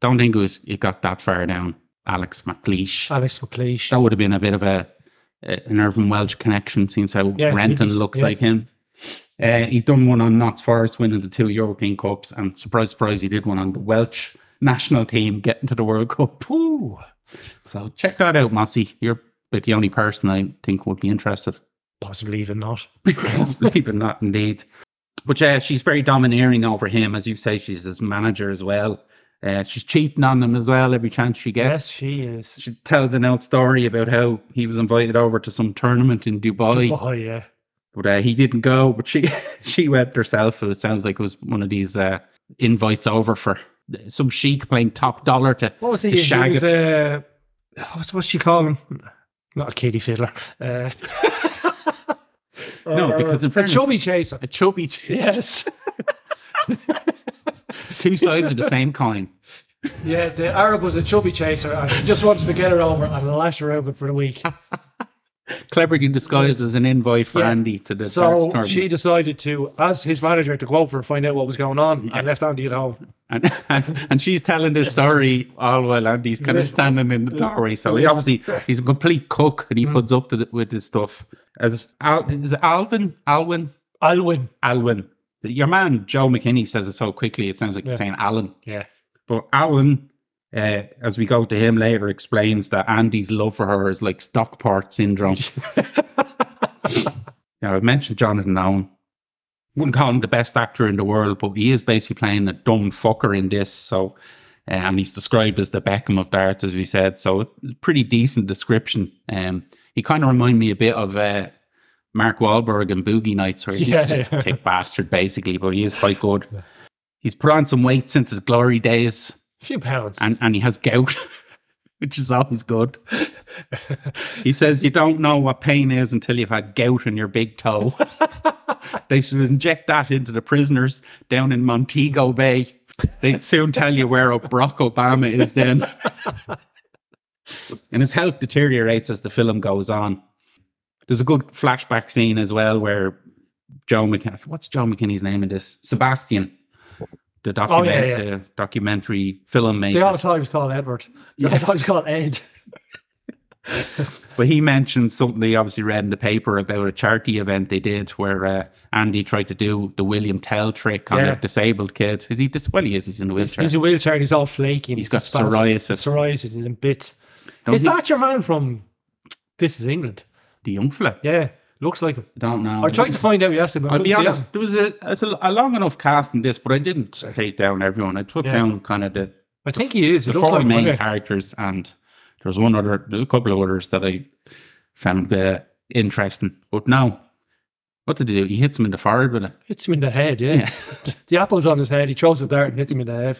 Speaker 1: don't think it was it got that far down. Alex McLeish.
Speaker 2: Alex McLeish.
Speaker 1: That would have been a bit of a, a an Irvin Welsh connection, since how
Speaker 2: Yeah,
Speaker 1: Renton
Speaker 2: he's-
Speaker 1: looks
Speaker 2: yeah.
Speaker 1: like him. Uh, he'd done one on Knott's Forest, winning the two European Cups, and surprise, surprise, he did one on the Welsh national team, getting to the World Cup.
Speaker 2: Ooh.
Speaker 1: So check that out, Mossy. You're but the only person I think would be interested.
Speaker 2: Possibly even not.
Speaker 1: Yes, believe it or not, indeed. But yeah, she's very domineering over him, as you say. She's his manager as well. Uh, she's cheating on him as well every chance she gets.
Speaker 2: Yes, she is.
Speaker 1: She tells an old story about how he was invited over to some tournament in Dubai,
Speaker 2: Oh, yeah.
Speaker 1: but uh, he didn't go. But she she went herself. It sounds like it was one of these uh, invites over for some sheik playing top dollar to
Speaker 2: What was he?
Speaker 1: The
Speaker 2: he
Speaker 1: shag-
Speaker 2: was, uh, what's, what's she call him? Not a kiddie fiddler. Uh,
Speaker 1: No, because in
Speaker 2: a
Speaker 1: fairness-
Speaker 2: chubby chaser.
Speaker 1: a chubby chase.
Speaker 2: Yes.
Speaker 1: Two sides of the same coin.
Speaker 2: Yeah, the Arab was a chubby chaser and he just wanted to get her over and lash her over for a week.
Speaker 1: Cleverly disguised as an invite for
Speaker 2: Yeah.
Speaker 1: Andy to the darts
Speaker 2: So
Speaker 1: tournament.
Speaker 2: she decided to, as his manager, to go over and find out what was going on and left Andy at home.
Speaker 1: and, and and she's telling this story all while Andy's kind of standing in the doorway. So he obviously he's a complete cook, and he puts up to the, with this stuff. As Al, is it Alvin, Alwyn,
Speaker 2: Alwyn.
Speaker 1: Alwyn, your man Joe McKinney says it so quickly, it sounds like he's saying Alan.
Speaker 2: Yeah.
Speaker 1: But Alan, uh, as we go to him later, explains that Andy's love for her is like Stockport syndrome. now I've mentioned Jonathan Owen. Wouldn't call him the best actor in the world, but he is basically playing a dumb fucker in this. So, um, he's described as the Beckham of darts, as we said. So, pretty decent description. Um, he kind of reminded me a bit of uh, Mark Wahlberg and Boogie Nights, where he's
Speaker 2: Yeah.
Speaker 1: just a tick bastard, basically. But he is quite good. He's put on some weight since his glory days
Speaker 2: A few pounds.
Speaker 1: and, and he has gout, which is always good. he says you don't know what pain is until you've had gout in your big toe. they should inject that into the prisoners down in Montego Bay. They'd soon tell you where Barack Obama is then. and his health deteriorates as the film goes on. There's a good flashback scene as well where Joe McKinney, what's Joe McKinney's name in this? Sebastian, the, document,
Speaker 2: yeah.
Speaker 1: the documentary filmmaker.
Speaker 2: They all thought he was called Edward. They all thought he was called Ed.
Speaker 1: But he mentioned something he obviously read in the paper about a charity event they did where uh, Andy tried to do the William Tell trick on
Speaker 2: Yeah.
Speaker 1: a disabled kid. Is he dis- well? He is. He's in a wheelchair.
Speaker 2: He's a wheelchair and he's all flaky. and
Speaker 1: He's got
Speaker 2: spastic-
Speaker 1: psoriasis.
Speaker 2: Psoriasis is in bits.
Speaker 1: Don't
Speaker 2: is
Speaker 1: he-
Speaker 2: that your man from This Is England?
Speaker 1: the young fella?
Speaker 2: Yeah, looks like him.
Speaker 1: I don't know.
Speaker 2: I tried to find out yesterday, but I
Speaker 1: I'll be
Speaker 2: couldn't see
Speaker 1: honest.
Speaker 2: him.
Speaker 1: There was a, there's a, a long enough cast in this, but I didn't take down everyone. I took
Speaker 2: Yeah.
Speaker 1: down kind of the,
Speaker 2: I think he is. It
Speaker 1: the
Speaker 2: looks
Speaker 1: four
Speaker 2: like
Speaker 1: main
Speaker 2: main
Speaker 1: characters, and there was one other, a couple of others that I found uh, interesting. But no, what did he do? He hits him in the forehead with it.
Speaker 2: Hits him in the head. Yeah. the apple's on his head. He throws the dart and hits him in the head.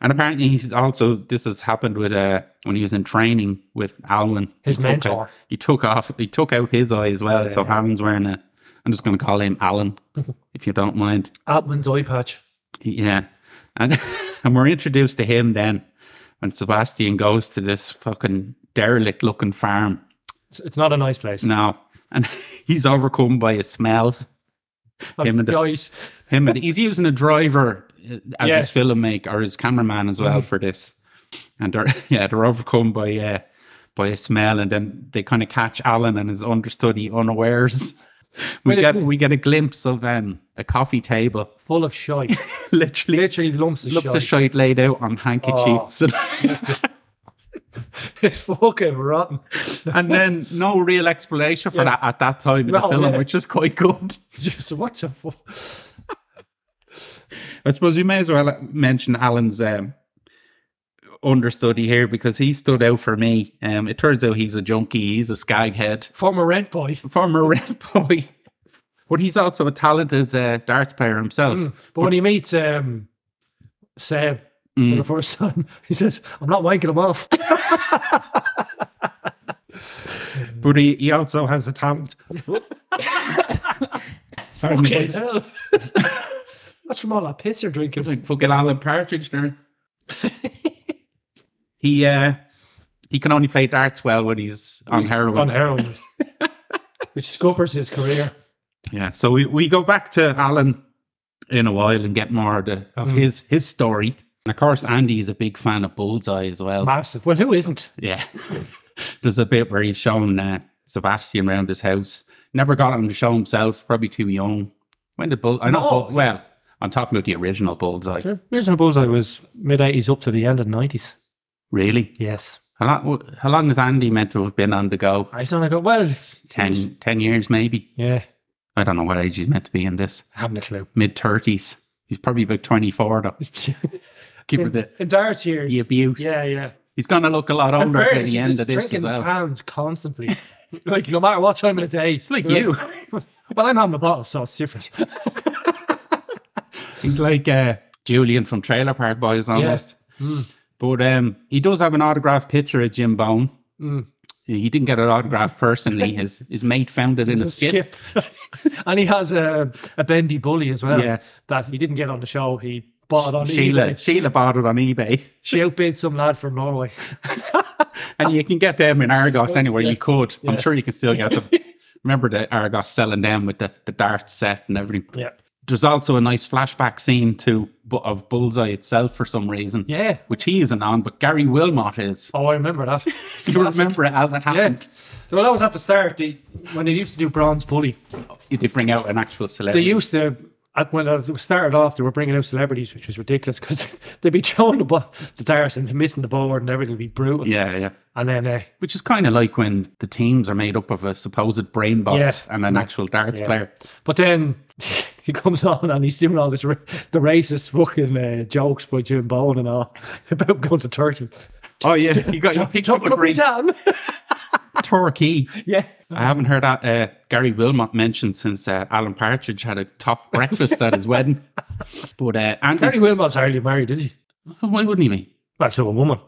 Speaker 1: And apparently, he's also this has happened with uh when he was in training with Alwyn,
Speaker 2: His
Speaker 1: He took
Speaker 2: mentor.
Speaker 1: out- he took off. He took out his eye as well. So Alan's wearing a. I'm just going to call him Alan, if you don't mind.
Speaker 2: Atman's eye patch.
Speaker 1: Yeah, and and we're introduced to him then when Sebastian goes to this fucking derelict looking farm.
Speaker 2: It's, it's not a nice place.
Speaker 1: No, and he's overcome by a smell.
Speaker 2: Like,
Speaker 1: him and the-
Speaker 2: guys,
Speaker 1: Him and he's using a driver uh, as
Speaker 2: Yeah.
Speaker 1: his filmmaker or his cameraman as well for this. And they're yeah, they're overcome by uh, by a smell, and then they kind of catch Alan and his understudy unawares. We
Speaker 2: Well, it-
Speaker 1: get we get a glimpse of um, a coffee table,
Speaker 2: full of shite.
Speaker 1: literally
Speaker 2: Literally lumps of
Speaker 1: looks
Speaker 2: shite.
Speaker 1: of shite Oh. laid out on handkerchiefs,
Speaker 2: it's fucking rotten.
Speaker 1: and then no real explanation for that at that time in the
Speaker 2: No,
Speaker 1: film,
Speaker 2: yeah.
Speaker 1: which is quite good.
Speaker 2: Just what the fuck?
Speaker 1: I suppose we may as well mention Alan's um, understudy here because he stood out for me. Um, it turns out he's a junkie, he's a skaghead,
Speaker 2: Former rent boy.
Speaker 1: former red boy, but he's also a talented uh, darts player himself.
Speaker 2: But when he meets um, Seb for the first time, he says, I'm not wanking him off.
Speaker 1: But he, he also has a talent. Sorry, my
Speaker 2: Fucking
Speaker 1: voice.
Speaker 2: hell. That's from all that piss you're drinking.
Speaker 1: like fucking Alan Partridge there. he uh, he can only play darts well when he's on heroin.
Speaker 2: on heroin, which scuppers his career.
Speaker 1: Yeah, so
Speaker 2: Mm.
Speaker 1: we, we go back to Alan in a while and get more of, the, of his his story. And of course, Andy is a big fan of Bullseye as well.
Speaker 2: Massive. Well, who isn't?
Speaker 1: Yeah. There's a bit where he's shown uh, Sebastian around his house. Never got him to show himself, probably too young. When did Bull? I know.
Speaker 2: No.
Speaker 1: Bull- well, I'm talking about the original Bullseye.
Speaker 2: The original Bullseye was mid 80s up to the end of the 90s.
Speaker 1: Really?
Speaker 2: Yes.
Speaker 1: How long, how long is Andy meant to have been on the go?
Speaker 2: I don't know. Well, it's-
Speaker 1: Ten, 10 years, maybe.
Speaker 2: Yeah.
Speaker 1: I don't know what age he's meant to be in this.
Speaker 2: Haven't a clue.
Speaker 1: Mid 30s. He's probably about 24, though. Keep it the,
Speaker 2: In dire tears.
Speaker 1: the abuse.
Speaker 2: Yeah, yeah.
Speaker 1: He's going to look a lot
Speaker 2: I'm
Speaker 1: older by
Speaker 2: very
Speaker 1: the end of this
Speaker 2: drinking
Speaker 1: as well.
Speaker 2: pounds constantly. like, no matter what time of the day.
Speaker 1: It's like you.
Speaker 2: Well, I'm having a bottle, so it's different.
Speaker 1: He's like uh, Julian from Trailer Park Boys almost.
Speaker 2: Hmm.
Speaker 1: But um, he does have an autographed picture of Jim Bone.
Speaker 2: Mm.
Speaker 1: He didn't get an autograph personally. His his mate found it in a skip.
Speaker 2: Skip. and he has a, a bendy bully as well
Speaker 1: Yeah.
Speaker 2: that he didn't get on the show. He bought it on
Speaker 1: Sheila
Speaker 2: eBay.
Speaker 1: Sheila bought it on eBay,
Speaker 2: She outbid some lad from Norway.
Speaker 1: and you can get them in Argos anywhere you could. I'm
Speaker 2: Oh, Yeah.
Speaker 1: sure you can still get them. Remember the Argos selling them with the, the dart set and everything.
Speaker 2: Yeah.
Speaker 1: There's also a nice flashback scene to Bu- of Bullseye itself for some reason,
Speaker 2: Yeah.
Speaker 1: which he isn't on, but Gary Wilmot is.
Speaker 2: Oh, I remember that.
Speaker 1: You remember it as it
Speaker 2: Yeah.
Speaker 1: happened.
Speaker 2: So well, that was at the start. They, when they used to do bronze bully,
Speaker 1: You did bring out an actual
Speaker 2: they
Speaker 1: celebrity.
Speaker 2: used to. At, when it started off, they were bringing out celebrities, which was ridiculous because they'd be throwing the, ball, the darts and missing the board and everything would be brutal.
Speaker 1: yeah, yeah.
Speaker 2: And then, uh,
Speaker 1: Which is kind of like when the teams are made up of a supposed brain box
Speaker 2: Yeah.
Speaker 1: and an actual darts
Speaker 2: Yeah.
Speaker 1: player.
Speaker 2: but then he comes on and he's doing all this ra- the racist fucking uh, jokes by Jim Bowen and all about going to Turkey.
Speaker 1: Oh yeah, he got you picked up a
Speaker 2: Look me
Speaker 1: green
Speaker 2: down.
Speaker 1: Torquay.
Speaker 2: yeah.
Speaker 1: I haven't heard that uh, Gary Wilmot mentioned since uh, Alan Partridge had a top breakfast at his wedding. But uh,
Speaker 2: Gary
Speaker 1: Andy's,
Speaker 2: Wilmot's hardly married, is he?
Speaker 1: why wouldn't he be?
Speaker 2: Well, to a woman.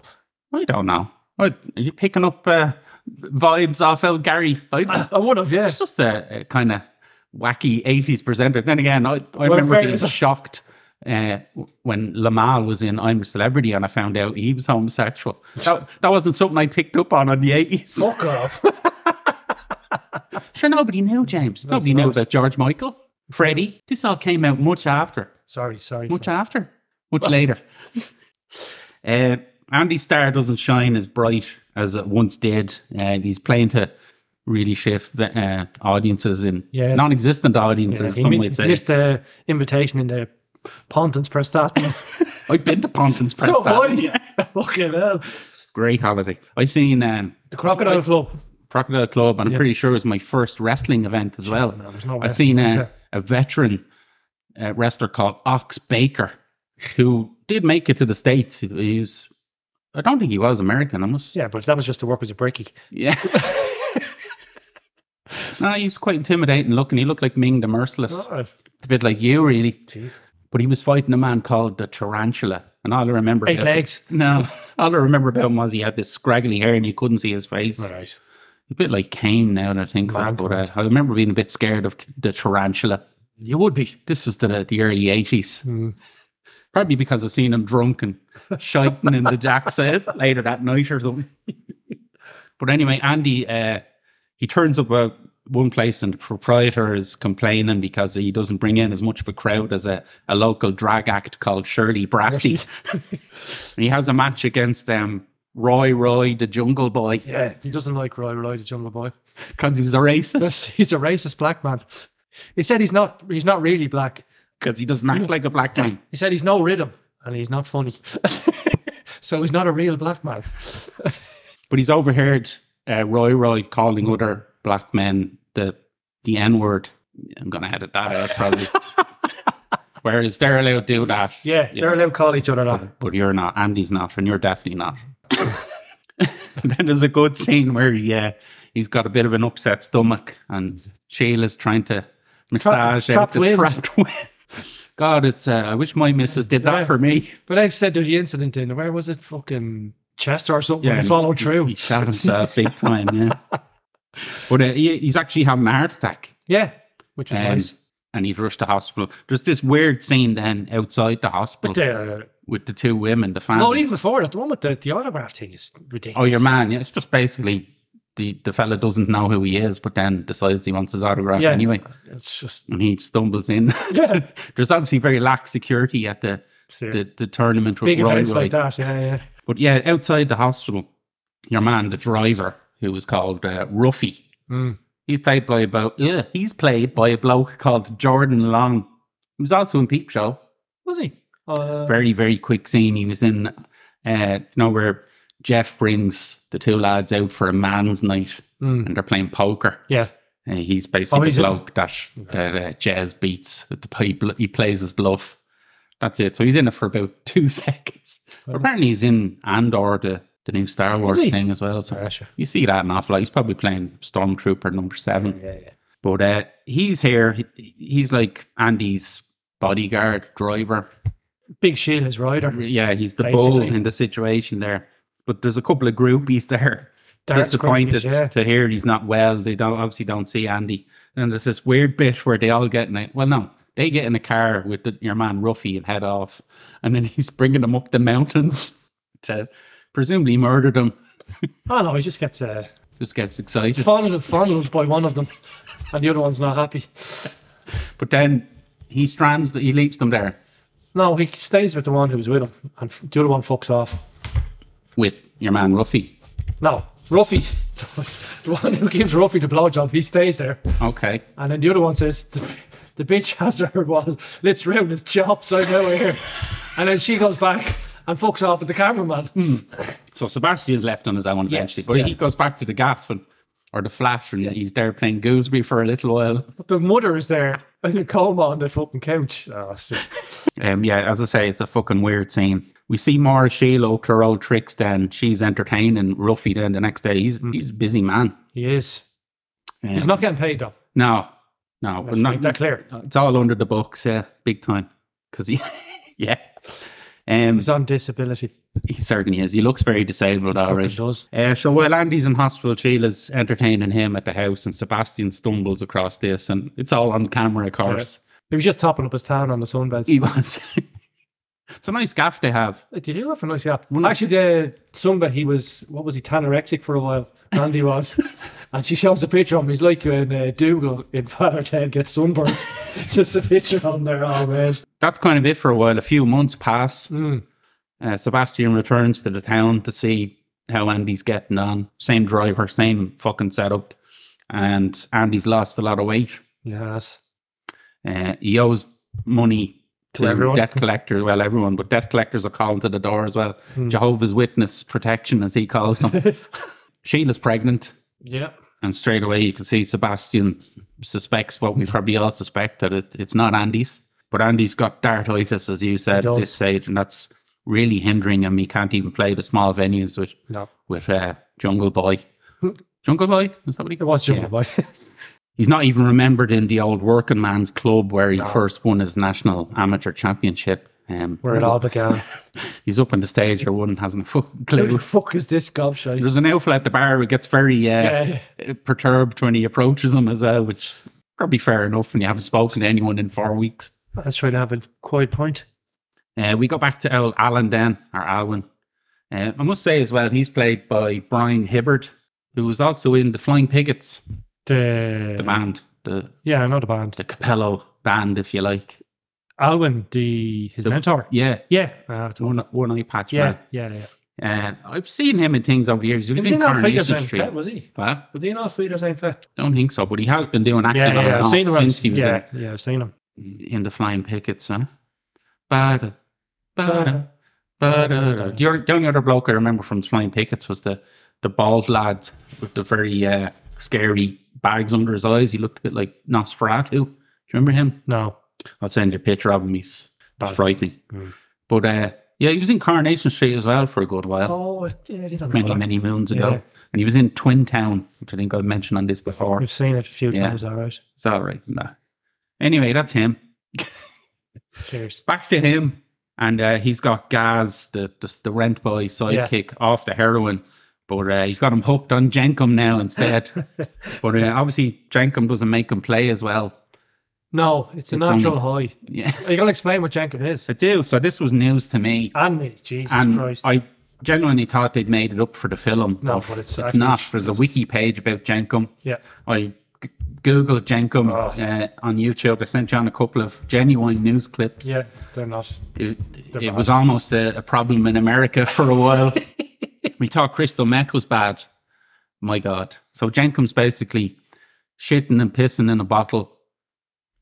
Speaker 1: I don't know. What, are you picking up uh, vibes off El Gary? I,
Speaker 2: I would have, yes.
Speaker 1: it's just a, a kind of wacky '80s presenter. Then again, I, I
Speaker 2: in
Speaker 1: remember being
Speaker 2: fairness-
Speaker 1: shocked uh, when Lamal was in "I'm a Celebrity" and I found out he was homosexual. That, that wasn't something I picked up on in the '80s.
Speaker 2: Fuck off.
Speaker 1: Sure, nobody knew James. nobody knew about George Michael, Freddie. This all came out much after,
Speaker 2: sorry, sorry.
Speaker 1: much after, much later. Uh, Andy Starr doesn't shine as bright as it once did, and he's playing to really shift uh, audiences in
Speaker 2: Yeah.
Speaker 1: non-existent audiences.
Speaker 2: He
Speaker 1: some
Speaker 2: mi-
Speaker 1: might say.
Speaker 2: missed the invitation in the Pontins press that.
Speaker 1: I've been to Ponton's Press.
Speaker 2: So
Speaker 1: that.
Speaker 2: funny. Fucking hell.
Speaker 1: Great holiday. I've seen um,
Speaker 2: The Crocodile Club.
Speaker 1: Crocodile Club, and I'm pretty sure it was my first wrestling event as well.
Speaker 2: No, there's no
Speaker 1: I've
Speaker 2: wrestling
Speaker 1: seen
Speaker 2: events,
Speaker 1: a, a veteran uh, wrestler called Ox Baker, who did make it to the States. He was, I don't think he was American. I must,
Speaker 2: Yeah, but that was just to work as a brickie.
Speaker 1: yeah. no, he was quite intimidating looking. He looked like Ming the Merciless,
Speaker 2: Oh,
Speaker 1: a bit like you, really. But he was fighting a man called the Tarantula, and all I remember
Speaker 2: eight
Speaker 1: about-
Speaker 2: legs.
Speaker 1: No, all I remember about him was he had this scraggly hair and you couldn't see his face.
Speaker 2: right.
Speaker 1: A bit like Kane now that I think of it, but uh, I remember being a bit scared of t- the tarantula. You would be. This was the, the early 80s. Probably because I seen him drunk and shiting in the jack's head later that night or something. but anyway, Andy, uh, he turns up at one place and the proprietor is complaining because he doesn't bring in as much of a crowd as a, a local drag act called Shirley Brassey. and he has a match against um, Roy Roy, the jungle boy,
Speaker 2: Yeah, he doesn't like Roy Roy, the Jungle Boy.
Speaker 1: because he's a racist.
Speaker 2: He's a racist black man. He said he's not. He's not really black.
Speaker 1: because he doesn't act like a black man.
Speaker 2: He said he's no rhythm and he's not funny. so he's not a real black man.
Speaker 1: But he's overheard uh, Roy Roy calling other black men the the N word. I'm gonna edit that out probably. Whereas they're allowed to do that,
Speaker 2: Yeah,
Speaker 1: Yeah.
Speaker 2: they're allowed to call each other that.
Speaker 1: but you're not. Andy's not, and you're definitely not. and then there's a good scene where he uh, he's got a bit of an upset stomach, and Sheila's trying to massage out
Speaker 2: trapped
Speaker 1: the
Speaker 2: limbs.
Speaker 1: trapped wind. God, it's. Uh, I wish my missus did that
Speaker 2: Yeah.
Speaker 1: for me.
Speaker 2: But I said there's the incident in where was it? Fucking Chester or something.
Speaker 1: Yeah,
Speaker 2: Yeah,
Speaker 1: and
Speaker 2: followed through.
Speaker 1: He shot himself big time, yeah. But uh, he, he's actually having a heart attack
Speaker 2: Yeah, which was
Speaker 1: um,
Speaker 2: nice.
Speaker 1: and he's rushed to hospital. There's this weird scene then outside the hospital with the,
Speaker 2: The,
Speaker 1: two women, the
Speaker 2: no,
Speaker 1: family.
Speaker 2: even before that, the one with the, the autograph thing is ridiculous.
Speaker 1: oh, your man. Yeah, it's just basically the, the fella doesn't know who he is, but then decides he wants his autograph
Speaker 2: Yeah.
Speaker 1: anyway.
Speaker 2: It's just
Speaker 1: And he stumbles in.
Speaker 2: yeah,
Speaker 1: There's obviously very lax security at the
Speaker 2: So,
Speaker 1: the, the tournament with
Speaker 2: big
Speaker 1: Roy
Speaker 2: events like
Speaker 1: Wright.
Speaker 2: that, yeah, yeah.
Speaker 1: But yeah, outside the hospital, your man, the driver, who was called uh, Ruffy,
Speaker 2: Mm.
Speaker 1: he's played by about yeah, he's played by a bloke called Jordan Long. He was also in Peep Show.
Speaker 2: Was he? Uh,
Speaker 1: Very very quick scene. He was in, uh, you know where Jeff brings the two lads out for a man's night,
Speaker 2: mm.
Speaker 1: and they're playing poker.
Speaker 2: Yeah.
Speaker 1: Uh, he's basically
Speaker 2: Oh, he's
Speaker 1: the
Speaker 2: in-
Speaker 1: bloke that that uh, Jazz beats. At the he, bl- he plays his bluff. That's it. So he's in it for about two seconds. But apparently he's in Andor, the, the new Star Wars
Speaker 2: he?
Speaker 1: thing as well. So
Speaker 2: Sorry, sure.
Speaker 1: you see that an awful lot. He's probably playing Stormtrooper number seven.
Speaker 2: Yeah, yeah.
Speaker 1: But uh, he's here. He- he's like Andy's bodyguard driver.
Speaker 2: Big shield his rider.
Speaker 1: Yeah, he's the bull
Speaker 2: Basically.
Speaker 1: in the situation there. But there's a couple of groupies there
Speaker 2: Darts
Speaker 1: disappointed
Speaker 2: companies, yeah.
Speaker 1: to hear he's not well. They don't obviously don't see Andy. And there's this weird bit where they all get in a well, no, they get in a car with the, your man Ruffy and head off, and then he's bringing them up the mountains to presumably murder them.
Speaker 2: Oh no, he just gets uh,
Speaker 1: Just gets excited,
Speaker 2: fondled, fondled by one of them, and the other one's not happy.
Speaker 1: but then he strands that he leaves them there
Speaker 2: No, he stays with the one who was with him, and f- the other one fucks off.
Speaker 1: with your man Ruffy.
Speaker 2: No, Ruffy, the one who gives Ruffy the blowjob, he stays there,
Speaker 1: Okay,
Speaker 2: and then the other one says, "The, the bitch has her was lips round his chops, I'm out of here," and then she goes back and fucks off with the cameraman.
Speaker 1: so Sebastian's left on his own eventually, but he goes back to the gaff and. Or the flash, and he's there playing gooseberry for a little while.
Speaker 2: The mother is there in a coma on the fucking couch. Oh, it's just
Speaker 1: Um, yeah, as I say, it's a fucking weird scene. We see more of Sheila her old tricks then. She's entertaining Ruffy then the next day.
Speaker 2: Mm.
Speaker 1: He's he's a busy man.
Speaker 2: he is.
Speaker 1: Um,
Speaker 2: He's not getting paid though.
Speaker 1: No, no.
Speaker 2: Let's
Speaker 1: but not-
Speaker 2: make that clear.
Speaker 1: It's all under the books, yeah, big time. Because he, yeah. Um,
Speaker 2: He's on disability.
Speaker 1: he certainly is. He looks very disabled already.
Speaker 2: Fucking does.
Speaker 1: Uh, so while Andy's in hospital, Sheila's entertaining him at the house, and Sebastian stumbles across this, and it's all on camera, of course.
Speaker 2: He was just topping up his town on the sunbeds.
Speaker 1: He was. it's a nice gaff they have.
Speaker 2: Did you have a nice yeah?
Speaker 1: Well, no.
Speaker 2: Actually, the Sumba, he was what was he tanorexic for a while? Andy was, and she shows a picture of him. He's like when uh, Dougal in Father Ted gets sunburned. Just a picture of him there. Oh man,
Speaker 1: that's kind of it for a while. A few months pass.
Speaker 2: Mm.
Speaker 1: Uh, Sebastian returns to the town to see how Andy's getting on. Same driver, same fucking setup. And Andy's lost a lot of weight.
Speaker 2: yes.
Speaker 1: Uh, he owes money to,
Speaker 2: To everyone.
Speaker 1: debt collectors. Well, everyone, but debt collectors are calling to the door as well. Jehovah's Witness protection, as he calls them. Sheila's pregnant.
Speaker 2: Yeah.
Speaker 1: And straight away, you can see Sebastian suspects what we probably all suspect that it, it's not Andy's. But Andy's got dartitis, as you said,
Speaker 2: He
Speaker 1: at
Speaker 2: does.
Speaker 1: this stage, and that's really hindering him. He can't even play the small venues with
Speaker 2: No,
Speaker 1: with uh, Jungle Boy. Jungle Boy? Is that what he
Speaker 2: it was Jungle
Speaker 1: Yeah.
Speaker 2: Boy.
Speaker 1: He's not even remembered in the old working man's club where he first won his national amateur championship. Um,
Speaker 2: Where it all began.
Speaker 1: he's up on the stage or one hasn't a fucking
Speaker 2: Who the
Speaker 1: clue.
Speaker 2: fuck is this gobshite?
Speaker 1: There's an outfit at the bar who gets very uh,
Speaker 2: Yeah.
Speaker 1: perturbed when he approaches him as well, which probably fair enough when you haven't spoken to anyone in four weeks.
Speaker 2: That's trying to have a quiet point.
Speaker 1: Uh, we go back to old Alan then, or Alwyn. Uh, I must say as well, he's played by Brian Hibbert, who was also in the Flying Pickets,
Speaker 2: The,
Speaker 1: the band, the,
Speaker 2: Yeah, I know the band.
Speaker 1: the Capello band, if you like.
Speaker 2: Alwyn, the his
Speaker 1: The-
Speaker 2: mentor.
Speaker 1: Yeah,
Speaker 2: Yeah. Uh, the-
Speaker 1: one, one eye patch
Speaker 2: yeah,
Speaker 1: man.
Speaker 2: yeah, yeah.
Speaker 1: Uh, I've seen him in things over the years. He was,
Speaker 2: Was he
Speaker 1: in
Speaker 2: not Figures
Speaker 1: Coronation
Speaker 2: Ain't Fat,
Speaker 1: Street.
Speaker 2: was he?
Speaker 1: Well,
Speaker 2: Was he not Figures Ain't Fat?
Speaker 1: don't think so, but he has been doing acting
Speaker 2: Yeah,
Speaker 1: on
Speaker 2: yeah,
Speaker 1: and
Speaker 2: I've
Speaker 1: off
Speaker 2: seen him.
Speaker 1: since he was
Speaker 2: yeah, yeah, I've seen him.
Speaker 1: in, in the Flying Pickets. Huh? Ba-da, ba-da. But uh, the, only, the only other bloke I remember from Flying Pickets was the, the bald lad with the very uh, scary bags under his eyes. He looked a bit like Nosferatu. Do you remember him?
Speaker 2: No.
Speaker 1: I'll send you a picture of him. He's, he's
Speaker 2: Bad.
Speaker 1: frightening.
Speaker 2: Mm.
Speaker 1: But uh, yeah, he was in Coronation Street as well for a good while,
Speaker 2: Oh, yeah, it is on
Speaker 1: many,
Speaker 2: the
Speaker 1: many moons ago.
Speaker 2: Yeah.
Speaker 1: And he was in Twin Town, which I think I've mentioned on this before.
Speaker 2: We've seen it a few
Speaker 1: Yeah.
Speaker 2: times, all right.
Speaker 1: It's all right. No. Anyway, that's him.
Speaker 2: Cheers.
Speaker 1: back to him, and uh, he's got Gaz, the the, the rent boy sidekick, off the heroin, but uh, he's got him hooked on Jenkum now instead. but uh, obviously, Jenkum doesn't make him play as well.
Speaker 2: No, it's a natural high.
Speaker 1: Yeah,
Speaker 2: Are you going to explain what Jenkin is?
Speaker 1: I do. So this was news to me,
Speaker 2: And me, Jesus
Speaker 1: and
Speaker 2: Christ.
Speaker 1: I genuinely thought they'd made it up for the film.
Speaker 2: No, but it's
Speaker 1: it's
Speaker 2: actually-
Speaker 1: not. There's a wiki page about Jenkum.
Speaker 2: yeah.
Speaker 1: I g- Google Jenkum
Speaker 2: Oh.
Speaker 1: uh, on YouTube. I sent you on a couple of genuine news clips.
Speaker 2: Yeah, they're not.
Speaker 1: It,
Speaker 2: They're
Speaker 1: it
Speaker 2: bad.
Speaker 1: was almost a, a problem in America for a while. we thought crystal meth was bad. My God. So Jenkum's basically shitting and pissing in a bottle,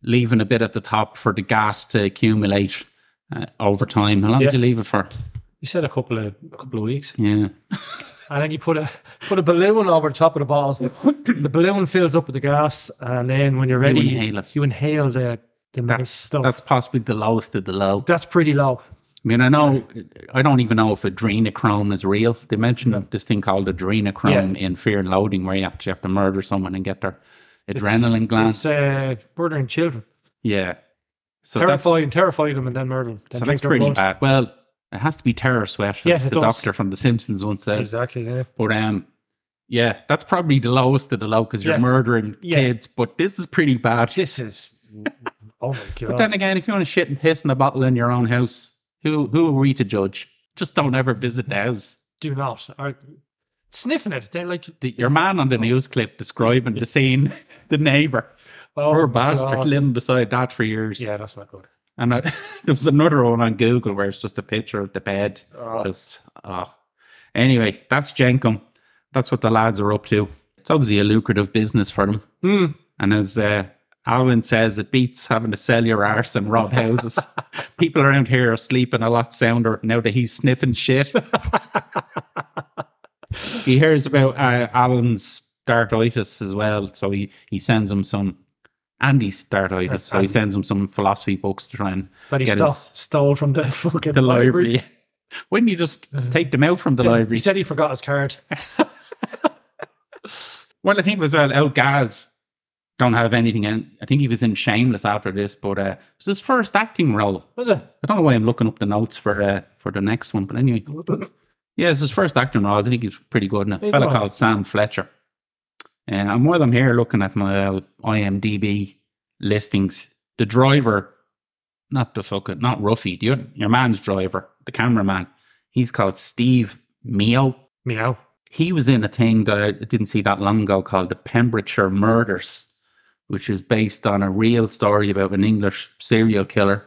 Speaker 1: leaving a bit at the top for the gas to accumulate uh, over time. How long
Speaker 2: Yeah.
Speaker 1: did you leave it for?
Speaker 2: You said a couple of a couple of weeks,
Speaker 1: Yeah.
Speaker 2: and then you put a put a balloon over the top of the bottle. the balloon fills up with the gas, and then when you're ready,
Speaker 1: inhale it.
Speaker 2: you inhale the the
Speaker 1: That's,
Speaker 2: stuff.
Speaker 1: that's possibly the lowest of the low.
Speaker 2: That's pretty low.
Speaker 1: I mean, I know, I don't even know if adrenochrome is real. They mentioned this thing called adrenochrome in Fear and Loathing, where you actually have to murder someone and get their adrenaline glands.
Speaker 2: It's uh, murdering children,
Speaker 1: Yeah. So that's, so
Speaker 2: terrifying, terrifying them, and then murder them. Then
Speaker 1: that's
Speaker 2: drink their
Speaker 1: pretty
Speaker 2: blood.
Speaker 1: bad. Well, it has to be terror sweat, as
Speaker 2: Yeah,
Speaker 1: the
Speaker 2: it does.
Speaker 1: doctor from The Simpsons once said.
Speaker 2: Exactly. Yeah.
Speaker 1: But um, yeah, that's probably the lowest of the low because you're
Speaker 2: Yeah.
Speaker 1: murdering
Speaker 2: Yeah.
Speaker 1: kids, but this is pretty bad.
Speaker 2: This is. Oh my god!
Speaker 1: But then again, if you want to shit and piss in a bottle in your own house, who, who are we to judge? Just don't ever visit the house.
Speaker 2: Do not. Or, sniffing it. They're like,
Speaker 1: the, your man on the news clip describing the scene, the neighbour,
Speaker 2: oh,
Speaker 1: poor
Speaker 2: my
Speaker 1: bastard
Speaker 2: God.
Speaker 1: living beside that for years.
Speaker 2: Yeah, that's not good.
Speaker 1: And I, there was another one on Google where it's just a picture of the bed.
Speaker 2: Oh.
Speaker 1: Just, oh. Anyway, that's Jenkum. That's what the lads are up to. It's obviously a lucrative business for them.
Speaker 2: Hmm.
Speaker 1: And as uh, Alwyn says, it beats having to sell your arse and rob houses. People around here are sleeping a lot sounder now that he's sniffing shit. he hears about uh, Alan's dartitis as well, so he, he sends him some. Andy's dartitis, so he
Speaker 2: Andy.
Speaker 1: sends him some philosophy books to try and
Speaker 2: That he
Speaker 1: Get
Speaker 2: stole,
Speaker 1: his-
Speaker 2: stole from the fucking
Speaker 1: the library. Wouldn't you just
Speaker 2: Uh,
Speaker 1: take them out from the
Speaker 2: He
Speaker 1: library?
Speaker 2: said he forgot his card.
Speaker 1: Well, I think as well, El Gaz don't have anything in. I think he was in Shameless after this, but uh, it was his first acting role.
Speaker 2: Was it?
Speaker 1: I don't know why I'm looking up the notes for uh, for the next one, but anyway, yeah, it's his first acting role. I think he's pretty good. And a
Speaker 2: He
Speaker 1: fella
Speaker 2: was.
Speaker 1: called Sam Fletcher. And and while I'm here looking at my uh, IMDb listings, the driver, not the fucking, not Ruffy, the, other- your man's driver, the cameraman, he's called Steve Mio.
Speaker 2: Meow.
Speaker 1: He was in a thing that I didn't see that long ago called the Pembrokeshire Murders, which is based on a real story about an English serial killer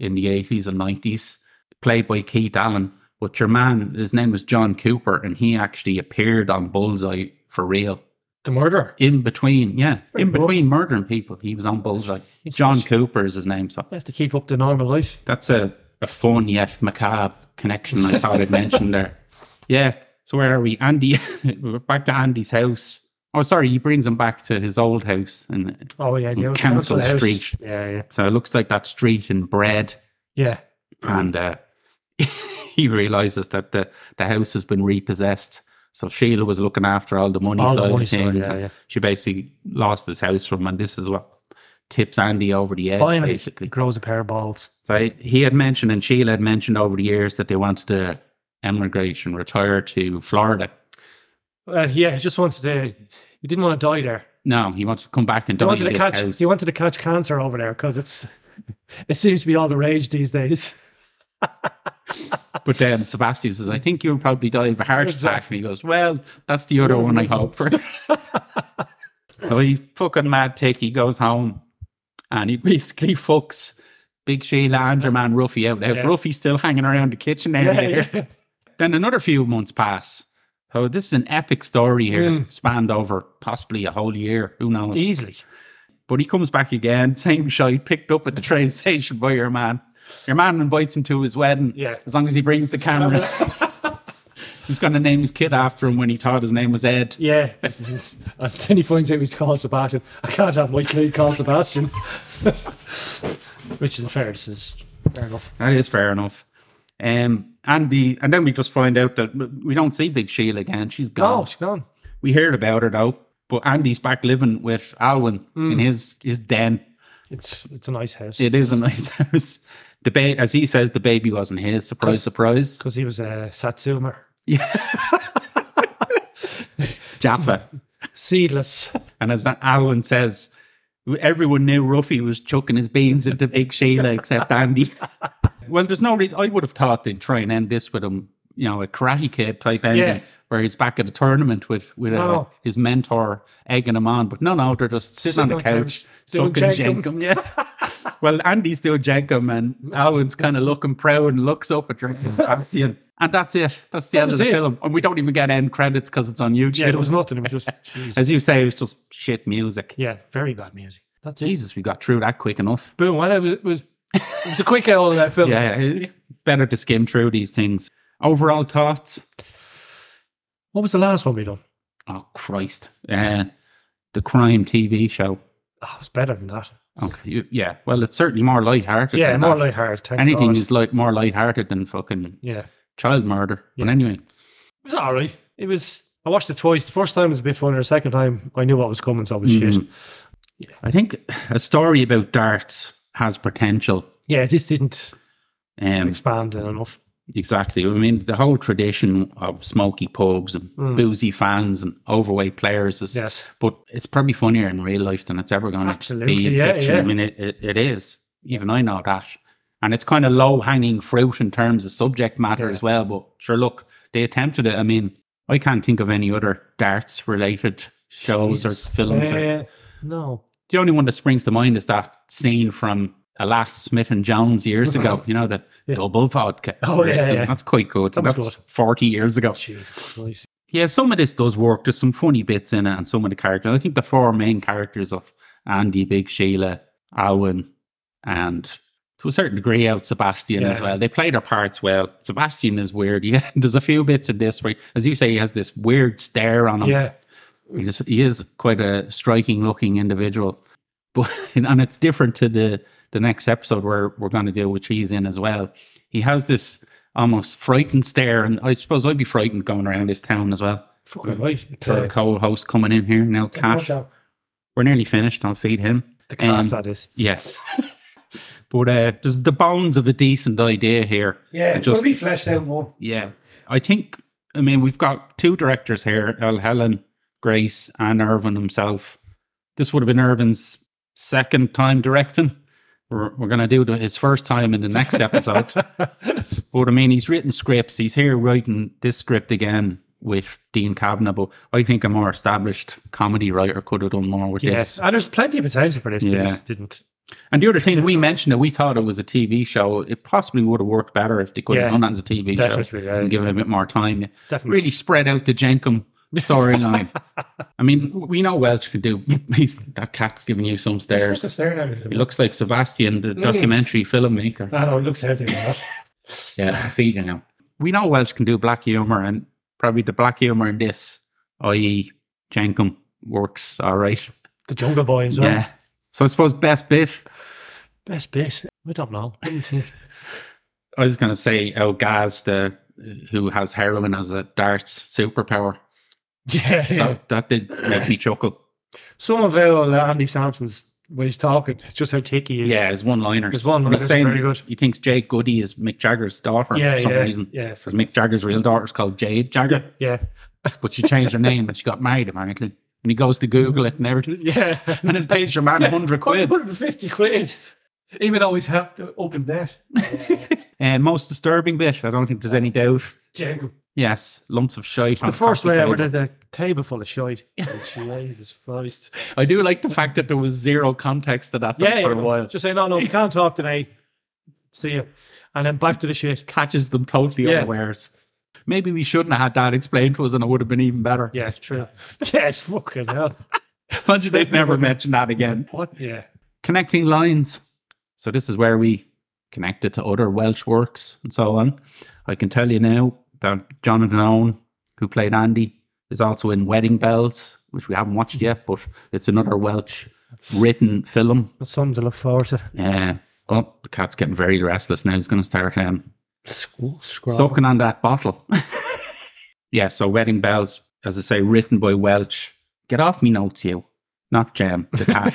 Speaker 1: in the 80s and 90s, played by Keith Allen. But your man, his name was John Cooper, and he actually appeared on Bullseye for real.
Speaker 2: The murderer.
Speaker 1: In between, yeah, in
Speaker 2: Pretty cool.
Speaker 1: between murdering people, he was on Bullseye. John Cooper is his name, so
Speaker 2: You have to keep up the normal life.
Speaker 1: that's a, a fun yet macabre connection I thought I'd mentioned there. Yeah. So where are we? Andy, we're back to Andy's house. Oh, sorry, he brings him back to his old house. And
Speaker 2: Oh yeah,
Speaker 1: In
Speaker 2: yeah,
Speaker 1: Council
Speaker 2: House.
Speaker 1: Street.
Speaker 2: Yeah, yeah,
Speaker 1: so it looks like that street in bread.
Speaker 2: yeah.
Speaker 1: And uh, he realizes that the, the house has been repossessed. So Sheila was looking after all the money
Speaker 2: All
Speaker 1: side
Speaker 2: the money
Speaker 1: of things.
Speaker 2: side. Yeah,
Speaker 1: and
Speaker 2: yeah.
Speaker 1: She basically lost his house from him. And this is what tips Andy over the edge,
Speaker 2: Finally,
Speaker 1: basically.
Speaker 2: he grows a pair of balls.
Speaker 1: So I- he had mentioned, and Sheila had mentioned over the years that they wanted to emigrate and retire to Florida.
Speaker 2: Uh, yeah, he just wanted to. He didn't want to die there.
Speaker 1: No, he wants to come back and
Speaker 2: He
Speaker 1: die in
Speaker 2: wanted to
Speaker 1: this
Speaker 2: catch.
Speaker 1: E house.
Speaker 2: He wanted to catch cancer over there because it's. It seems to be all the rage these days.
Speaker 1: but then Sebastian says, "I think you'll probably die of a heart attack," and he goes, "Well, that's the other one I hope for." so he's fucking mad. Tick. He goes home, and he basically fucks Big Sheila and her man Ruffy out. Now
Speaker 2: Yeah.
Speaker 1: Ruffy's still hanging around the kitchen area.
Speaker 2: Yeah, yeah.
Speaker 1: Then another few months pass. So this is an epic story here,
Speaker 2: Hmm.
Speaker 1: spanned over possibly a whole year. Who knows?
Speaker 2: Easily.
Speaker 1: But he comes back again, same shite, picked up at the train station by your man. Your man invites him to his wedding.
Speaker 2: Yeah.
Speaker 1: As long as he brings the camera. He's going to name his kid after him when he thought his name was Ed.
Speaker 2: Yeah. and then he finds out he's called Sebastian. I can't have my kid called Sebastian. Which is fair. This is fair enough.
Speaker 1: That is fair enough. Um, Andy, and then we just find out that we don't see Big Sheila again. She's gone.
Speaker 2: Oh, she's gone.
Speaker 1: We heard about her though. But Andy's back living with Alwyn
Speaker 2: Hmm.
Speaker 1: in his his den.
Speaker 2: It's it's a nice house
Speaker 1: It is a nice house. The ba- as he says, the baby wasn't his. Surprise, surprise.
Speaker 2: because he was a satsuma,
Speaker 1: Jaffa.
Speaker 2: seedless.
Speaker 1: And as Alwyn says, everyone knew Ruffy was chucking his beans into Big Sheila except Andy. well, there's no reason. I would have thought they'd try and end this with him you know, a karate kid type ending where he's back at a tournament with, with uh,
Speaker 2: Wow.
Speaker 1: his mentor egging him on. But no, no, they're just sitting, on the couch,
Speaker 2: doing
Speaker 1: sucking
Speaker 2: jenkum.
Speaker 1: jenkum. Yeah. well, Andy's doing jenkum and Alwyn's kind of looking proud and looks up at drinking Pepsi. And, and that's it. That's the end
Speaker 2: was
Speaker 1: of the
Speaker 2: it.
Speaker 1: film. And we don't even get end credits because it's on YouTube.
Speaker 2: Yeah, there was nothing. It was just, Jesus.
Speaker 1: As you say, it was just shit music.
Speaker 2: yeah, very bad music. That's it.
Speaker 1: Jesus, we got through that quick enough.
Speaker 2: Boom. Well, it was, it was, it was a quick out of that film.
Speaker 1: Yeah, it- better to skim through these things. Overall thoughts?
Speaker 2: What was the last one we done?
Speaker 1: Oh Christ! Uh, the crime TV show.
Speaker 2: Oh, it was better than that.
Speaker 1: Okay, you- yeah. Well, it's certainly more lighthearted.
Speaker 2: yeah,
Speaker 1: than
Speaker 2: more
Speaker 1: that.
Speaker 2: lighthearted. thank
Speaker 1: Anything
Speaker 2: God.
Speaker 1: is like more lighthearted than fucking
Speaker 2: Yeah.
Speaker 1: child murder. But
Speaker 2: Yeah.
Speaker 1: anyway,
Speaker 2: It was all right. It was. I watched it twice. The first time was a bit funnier. The second time, I knew what was coming, so it was shit.
Speaker 1: Mm-hmm. I think a story about darts has potential.
Speaker 2: Yeah, it just didn't
Speaker 1: Um,
Speaker 2: expand enough.
Speaker 1: Exactly. I mean, the whole tradition of smoky pubs and boozy fans and overweight players is,
Speaker 2: Hmm. Yes.
Speaker 1: but it's probably funnier in real life than it's ever going to be in
Speaker 2: Absolutely, yeah,
Speaker 1: fiction. I
Speaker 2: yeah.
Speaker 1: mean, it, it, it is. Even I know that. And it's kind of low hanging fruit in terms of subject matter as well. But sure, look, they attempted it. I mean, I can't think of any other darts related shows or films. or,
Speaker 2: Uh, no.
Speaker 1: the only one that springs to mind is that scene from Alas Smith and Jones years ago. You know the double vodka.
Speaker 2: Oh, yeah, yeah.
Speaker 1: that's quite good.
Speaker 2: was
Speaker 1: that's
Speaker 2: good.
Speaker 1: forty years ago.
Speaker 2: Jesus Christ.
Speaker 1: Yeah, some of this does work. There's some funny bits in it, and some of the characters. I think the four main characters of Andy, Big Sheila, Alwyn, and to a certain degree out Sebastian as
Speaker 2: Yeah.
Speaker 1: well. They play their parts well. Sebastian is weird. Yeah, there's a few bits in this where, as you say, he has this weird stare on him.
Speaker 2: Yeah.
Speaker 1: He's he is quite a striking looking individual, but and it's different to the the next episode where we're going to deal with he's in as well. He has this almost frightened stare, and I suppose I'd be frightened going around this town as well.
Speaker 2: Fucking right.
Speaker 1: mm, For a co-host coming in here now, Cash.
Speaker 2: The
Speaker 1: We're nearly finished. I'll feed him.
Speaker 2: cat,
Speaker 1: Um,
Speaker 2: that is.
Speaker 1: Yeah. but uh, there's the bones of a decent idea here.
Speaker 2: Yeah,
Speaker 1: it just-
Speaker 2: be fleshed out more.
Speaker 1: Yeah. I think, I mean, we've got two directors here El Helen, Grace, and Irvin himself. This would have been Irvin's second time directing. We're, we're going to do the, his first time in the next episode. but I mean, he's written scripts. He's here writing this script again with Dean Kavanagh. But I think a more established comedy writer could have done more with
Speaker 2: Yes.
Speaker 1: this.
Speaker 2: And there's plenty of potential for this. They
Speaker 1: Yeah.
Speaker 2: just didn't.
Speaker 1: And the other thing, we mentioned that we thought it was a TV show. It possibly would have worked better if they could
Speaker 2: Yeah.
Speaker 1: have done that as a TV show
Speaker 2: Definitely, yeah.
Speaker 1: and give it a bit more time
Speaker 2: Definitely.
Speaker 1: really spread out the Jenkum storyline. I mean, we know Welch can do. He's, that cat's giving you some stares. He looks like Sebastian,
Speaker 2: Mm.
Speaker 1: the documentary filmmaker.
Speaker 2: I know, it looks heavy. that.
Speaker 1: Yeah, I'm feeding him. We know Welch can do black humor, and probably the black humor in this, i.e., Jenkum, works all right.
Speaker 2: The Jungle Boy as well.
Speaker 1: Yeah. So I suppose best bit.
Speaker 2: Best bit. We don't know.
Speaker 1: I was going to say, oh, Gaz, the who has heroin as a darts superpower.
Speaker 2: yeah.
Speaker 1: That, that did make me chuckle.
Speaker 2: Some of our uh, Andy Sampson's when he's talking, it's just how ticky he is.
Speaker 1: Yeah, his one liners.
Speaker 2: His one-liners are very good.
Speaker 1: He thinks Jade Goody is Mick Jagger's daughter
Speaker 2: yeah,
Speaker 1: for some
Speaker 2: yeah,
Speaker 1: reason.
Speaker 2: yeah, for-
Speaker 1: Because Mick Jagger's real daughter's called Jade Jagger,
Speaker 2: yeah,
Speaker 1: but she changed her name and she got married apparently. And he goes to Google it and everything.
Speaker 2: yeah.
Speaker 1: And it pays your man a 100 quid.
Speaker 2: 150 quid. Even always had to open debt.
Speaker 1: Uh, most disturbing bit, I don't think there's any doubt.
Speaker 2: Jingle.
Speaker 1: Yes, lumps of shite.
Speaker 2: The first way
Speaker 1: I
Speaker 2: where there's a table full of shite. Jesus Christ.
Speaker 1: I do like the fact that there was zero context to that though,
Speaker 2: Yeah,
Speaker 1: for
Speaker 2: yeah.
Speaker 1: a while.
Speaker 2: Just say, no, no, we can't talk today. See you. And then back to the shit.
Speaker 1: Catches them totally
Speaker 2: Yeah.
Speaker 1: unawares. Maybe we shouldn't have had that explained to us and it would have been even better.
Speaker 2: Yeah, true. yes, fucking hell.
Speaker 1: Imagine they'd never mentioned that again.
Speaker 2: What? Yeah.
Speaker 1: connecting lines. So this is where we connect it to other Welsh works and so on. I can tell you now that Jonathan Owen, who played Andy, is also in Wedding Bells, which we haven't watched yet, but it's another Welsh written film.
Speaker 2: That's something to look forward to.
Speaker 1: Uh, oh, the cat's getting very restless now. He's going to start um,
Speaker 2: School scroll.
Speaker 1: sucking on that bottle. yeah, so Wedding Bells, as I say, written by Welch. Get off me notes, you. Not Jam, the cat.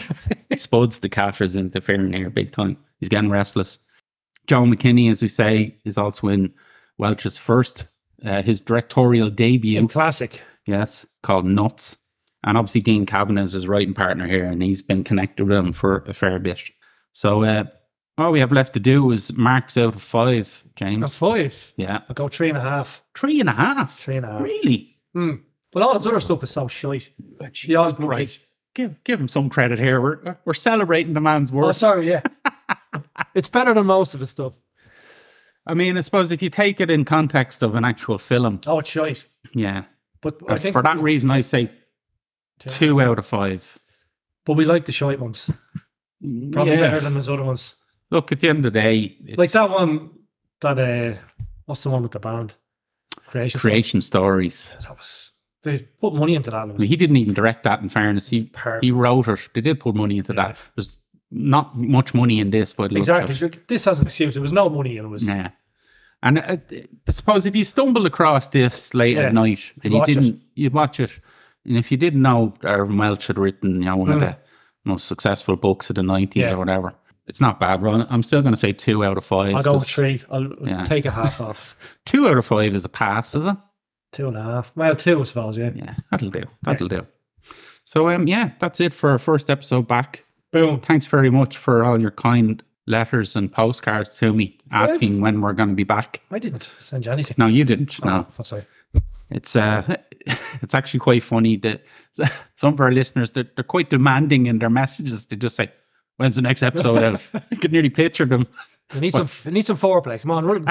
Speaker 1: Spuds, the cat, is interfering here big time. He's getting restless. Joe McKinney, as we say, is also in Welch's first, uh, his directorial debut.
Speaker 2: classic.
Speaker 1: Yes, called Nuts. And obviously, Dean Kavanagh is his writing partner here, and he's been connected with him for a fair bit. So, uh, All we have left to do is marks out of five,
Speaker 2: That's
Speaker 1: James.
Speaker 2: five.
Speaker 1: Yeah.
Speaker 2: I go three and a half.
Speaker 1: Three and a half.
Speaker 2: Three and a half.
Speaker 1: Really?
Speaker 2: Hmm. But all this other stuff is so shite.
Speaker 1: Jesus
Speaker 2: Yeah, all great.
Speaker 1: Give, give him some credit here. We're, we're celebrating the man's
Speaker 2: Oh,
Speaker 1: work.
Speaker 2: sorry, yeah. it's better than most of his stuff.
Speaker 1: I mean, I suppose if you take it in context of an actual film,
Speaker 2: Oh, it's shite.
Speaker 1: yeah.
Speaker 2: But I
Speaker 1: But
Speaker 2: think
Speaker 1: for that reason, I say two out of five.
Speaker 2: But we like the shite ones. Probably
Speaker 1: Yeah.
Speaker 2: better than his other ones.
Speaker 1: Look, at the end of the day, it's
Speaker 2: Like that one that uh what's the one with the band? Creation.
Speaker 1: creation stories.
Speaker 2: That was they put money into that. It was
Speaker 1: He didn't even direct that. In fairness, he
Speaker 2: perfect.
Speaker 1: he wrote it. They did put money into that. There's not much money in this, but
Speaker 2: Exactly. This has an excuse. There was no money and it was
Speaker 1: Yeah. And I, I suppose if you stumbled across this late
Speaker 2: Yeah.
Speaker 1: at night and you
Speaker 2: Watch it.
Speaker 1: didn't, you'd watch it. And if you didn't know Irvin Welch had written, you know, one of
Speaker 2: Mm.
Speaker 1: the most successful books of the 90s
Speaker 2: Yeah.
Speaker 1: or whatever, it's not bad. But I'm still going to say two out of five.
Speaker 2: I'll go with
Speaker 1: 'cause
Speaker 2: three. I'll
Speaker 1: Yeah.
Speaker 2: take a half off.
Speaker 1: Two out of five is a pass, is it?
Speaker 2: Two and a half. Well two I suppose, yeah.
Speaker 1: Yeah, that'll do. That'll do. So, um, yeah, that's it for our first episode back.
Speaker 2: Boom.
Speaker 1: Thanks very much for all your kind letters and postcards to me asking when we're going to be back.
Speaker 2: I didn't send you anything.
Speaker 1: No, you didn't. No.
Speaker 2: Oh, sorry.
Speaker 1: It's uh, it's actually quite funny that some of our listeners they're, they're quite demanding in their messages. They just say, "When's the next episode out?" I could nearly picture them.
Speaker 2: We need some we need some foreplay. Come on, run.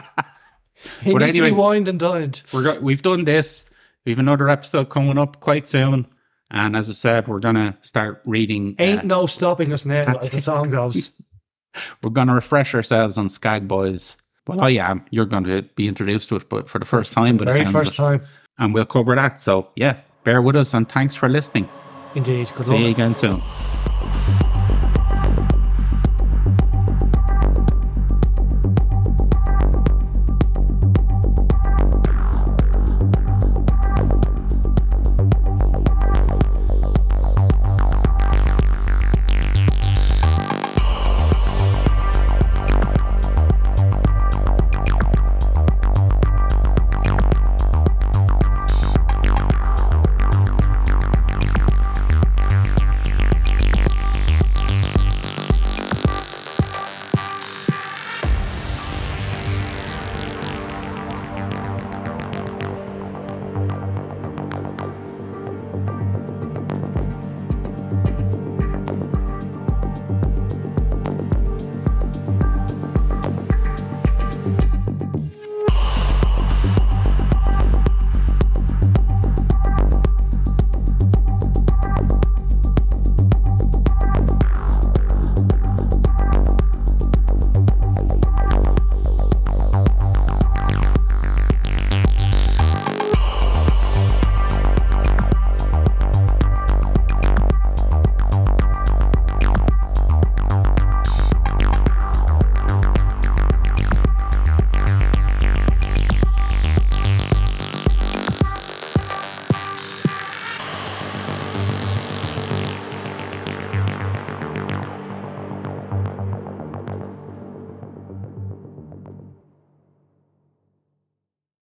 Speaker 2: He
Speaker 1: But
Speaker 2: needs to be
Speaker 1: anyway-
Speaker 2: wined and dined.
Speaker 1: We're go- we've done this. We've another episode coming up quite soon, and as I said, we're gonna start reading. uh,
Speaker 2: Ain't no stopping us now,
Speaker 1: That's
Speaker 2: as the
Speaker 1: it.
Speaker 2: song goes.
Speaker 1: we're gonna refresh ourselves on Skag Boys. Well, I am. You're going to be introduced to it, but for the first time, but
Speaker 2: Very first time.
Speaker 1: and we'll cover that. So yeah, bear with us, and thanks for listening.
Speaker 2: Indeed. Good
Speaker 1: See you
Speaker 2: luck.
Speaker 1: again soon.